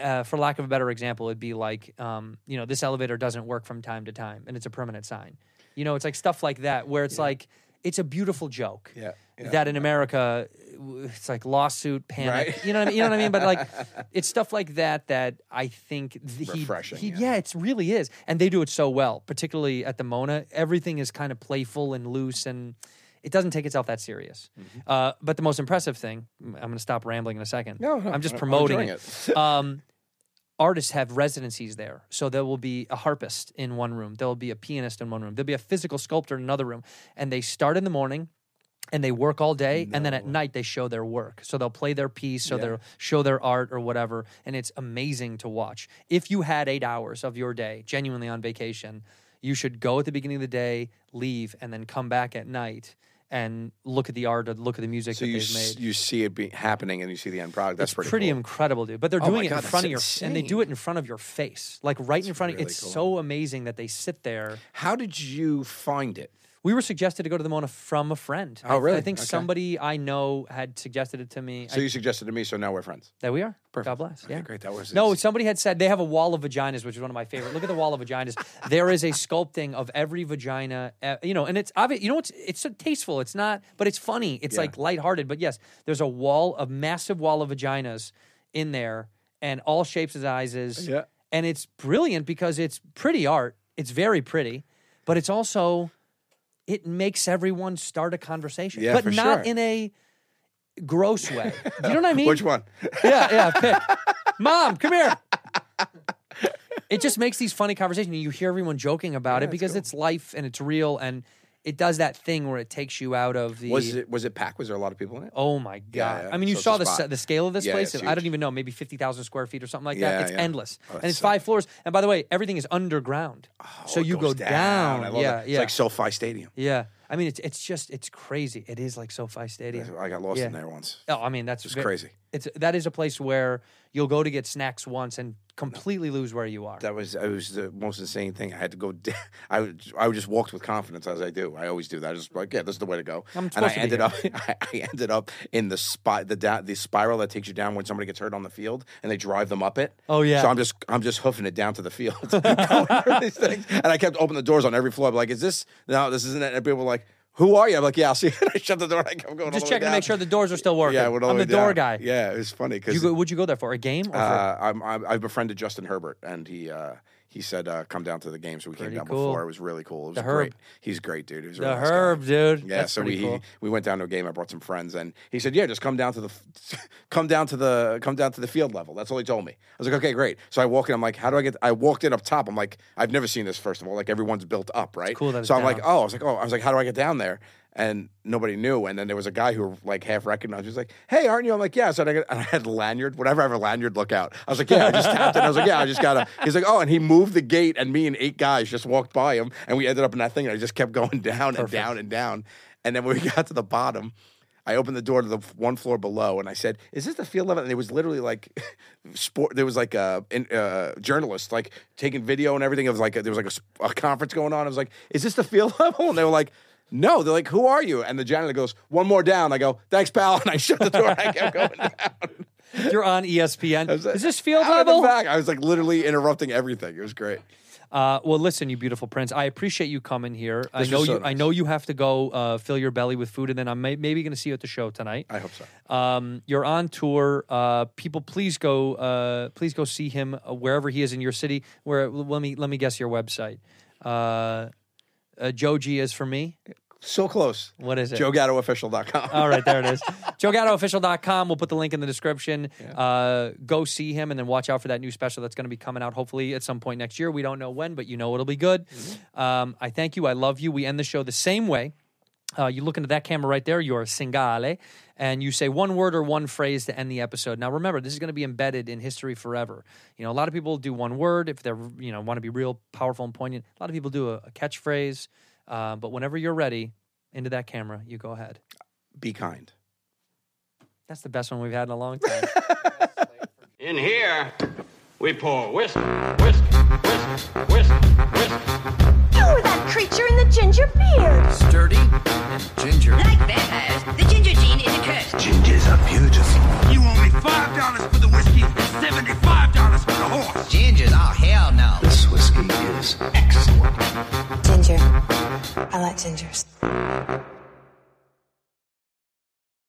A: uh, for lack of a better example it'd be like um, you know this elevator doesn't work from time to time and it's a permanent sign you know it's like stuff like that where it's like it's a beautiful joke
I: Yeah, yeah.
A: that in America, w- it's like lawsuit panic.
I: Right.
A: You know, what I mean? you know what I mean. But
I: *laughs*
A: like, it's stuff like that that I think th- he,
I: Refreshing,
A: he-
I: yeah.
A: yeah, it's really is, and they do it so well, particularly at the Mona. Everything is kind of playful and loose, and it doesn't take itself that serious.
I: Mm-hmm.
A: Uh, but the most impressive thing, I'm going to stop rambling in a second.
I: No, no,
A: I'm just
I: I'm
A: promoting
I: enjoying
A: it. um, artists have residencies there. So there will be a harpist in one room, there'll be a pianist in one room, there'll be a physical sculptor in another room. And they start in the morning and they work all day and then at night they show their work. So they'll play their piece or they'll show their art or whatever. And it's amazing to watch. If you had eight hours of your day genuinely on vacation, you should go at the beginning of the day, leave, and then come back at night and look at the art or look at the music
I: So
A: that
I: you
A: they've
I: s-
A: made
I: you see it be happening and you see the end product. That's pretty. cool.
A: incredible, dude. But they're
I: Oh
A: doing
I: my
A: it in
I: God,
A: front of your
I: that's
A: and they do it in front of your face, like right in front of.
I: really
A: It's
I: cool.
A: so amazing that they sit there.
I: How did you find it?
A: We were suggested to go to the Mona from a friend.
I: Oh,
A: I- I,
I: really?
A: think
I: Okay.
A: somebody I know had suggested it to me.
I: So
A: I,
I: you suggested to me, so now we're friends.
A: there we are. God bless. Yeah.
I: Great, that was
A: No,
I: easy.
A: somebody had said they have a wall of vaginas, which is one of my favorite. Look at the wall of vaginas. *laughs* There is a sculpting of every vagina, uh, you know, and it's obvious. You know, it's it's so tasteful. It's not, but it's funny. It's like lighthearted. But yes, there's a wall, a massive wall of vaginas in there, and all shapes and sizes.
I: Yeah.
A: and it's brilliant because it's pretty art. It's very pretty, but it's also it makes everyone start a conversation,
I: Yeah,
A: but
I: for
A: not
I: sure.
A: in a gross way. You
I: *laughs*
A: know what I mean?
I: Which one?
A: Yeah, yeah. Pick. Mom, come here. It just makes these funny conversations. You hear everyone joking about it because it's life and it's real, and it does that thing where it takes you out of the.
I: Was it was it packed? Was there a lot of people in it?
A: Oh my god!
I: yeah.
A: I mean, you
I: So it's
A: saw
I: a
A: the
I: spot.
A: se- the scale of this
I: Yeah,
A: place.
I: it's
A: I don't
I: huge.
A: even know, maybe fifty thousand square feet or something like
I: Yeah,
A: that. It's
I: yeah.
A: endless,
I: Oh,
A: and
I: that's
A: it's
I: sick.
A: five floors. And by the way, everything is underground, so
I: Oh, it
A: you go
I: goes
A: down.
I: I love
A: yeah,
I: that. It's
A: yeah,
I: like SoFi Stadium.
A: yeah. I mean, it's it's just it's crazy. It is like SoFi Stadium.
I: I got lost
A: Yeah.
I: in there once.
A: Oh, I mean, that's just
I: crazy.
A: It's that is a place where you'll go to get snacks once and completely lose where you are.
I: That was it was the most insane thing. I had to go. d- *laughs* I would- I just walked with confidence as I do. I always do that. I just like yeah, this is the way to go.
A: I'm
I: and I
A: supposed to be
I: ended up *laughs* I, I ended up in the spot the da- the spiral that takes you down when somebody gets hurt on the field and they drive them up it.
A: Oh, yeah.
I: So I'm just I'm just hoofing it down to the field.
A: *laughs*
I: *laughs* Going through these things. And I kept opening the doors on every floor. I'm like, is this no? This isn't it. And people were like, who are you? I'm like, yeah, I'll see. *laughs* you." And I shut the door. And I kept going. all
A: Just
I: the way
A: checking to make
I: down.
A: sure the doors are still working.
I: Yeah, I went all
A: I'm the
I: way
A: door
I: down.
A: guy.
I: Yeah, it was funny because
A: You go, would you go there for a game? Or for,
I: uh, I'm, I'm, I've befriended Justin Herbert, and he uh, He said, uh, "Come down to the game." So we
A: Pretty
I: came down
A: cool.
I: before. It was really cool. It was
A: The Herb.
I: great. He's great, dude. He's a
A: The
I: really nice guy.
A: Herb, dude.
I: Yeah,
A: That's
I: so
A: pretty
I: we
A: cool.
I: we went down to a game. I brought some friends, and he said, "Yeah, just come down to the, *laughs* come down to the, come down to the field level." That's all he told me. I was like, "Okay, great." So I walk in. I'm like, "How do I get?" I walked in up top. I'm like, "I've never seen this. First of all, like everyone's built up, right?"
A: cool that it's
I: so I'm
A: down.
I: like, "Oh," I was like, "Oh," I was like, "How do I get down there?" And nobody knew. And then there was a guy who like half recognized. me. He was like, "Hey, aren't you?" I'm like, "Yeah." So I, got, and I had lanyard. Whenever I have a lanyard, look out. I was like, "Yeah." I just tapped it. I was like, "Yeah." I just gotta. He's like, "Oh," and he moved the gate, and me and eight guys just walked by him, and we ended up in that thing. And I just kept *laughs* going down and down and down. And then when we got to the bottom, I opened the door to the f- one floor below and I said, "Is this the field level?" And it was literally like *laughs* sport. There was like a in, uh, journalist like taking video and everything. It was like a, there was like a s- a, conference going on. I was like, "Is this the field *laughs* level?" And they were like. No, they're like, who are you? And the janitor goes, one more down. I go, thanks, pal. *laughs* And I shut the door. I kept going *laughs* down.
A: You're on E
I: *laughs*
A: ESPN.
I: I was like,
A: Is this field
I: "Out of the
A: level?
I: back." I was like literally interrupting everything. It was great.
A: Uh, well, listen, you beautiful prince. I appreciate you coming here. I
I: This
A: know
I: was so
A: you. I
I: nice.
A: know you have to go uh, fill your belly with food, and then I'm may- maybe going to see you at the show tonight.
I: I hope so.
A: Um, you're on tour. Uh, people, please go. Uh, please go see him uh, wherever he is in your city. Where let me let me guess your website. Uh, uh, Joji is for me.
I: So close.
A: What is it? Uh,
I: JoeGattoOfficial.com.
A: *laughs* All right, there it is. JoeGattoOfficial.com. We'll put the link in the description. Uh, go see him and then watch out for that new special that's going to be coming out hopefully at some point next year. We don't know when, but you know it'll be good. Um, I thank you. I love you. We end the show the same way. Uh, you look into that camera right there, you're Singale, and you say one word or one phrase to end the episode. Now, remember, this is going to be embedded in history forever. You know, a lot of people do one word if they're, you know, want to be real powerful and poignant. A lot of people do a, a catchphrase, uh, but whenever you're ready, into that camera, you go ahead.
I: Be kind.
A: That's the best one we've had in a long time.
B: In here, we pour whisk, whisk, whisk, whisk, whisk.
C: You were that Oh, creature in the ginger beard.
D: Straight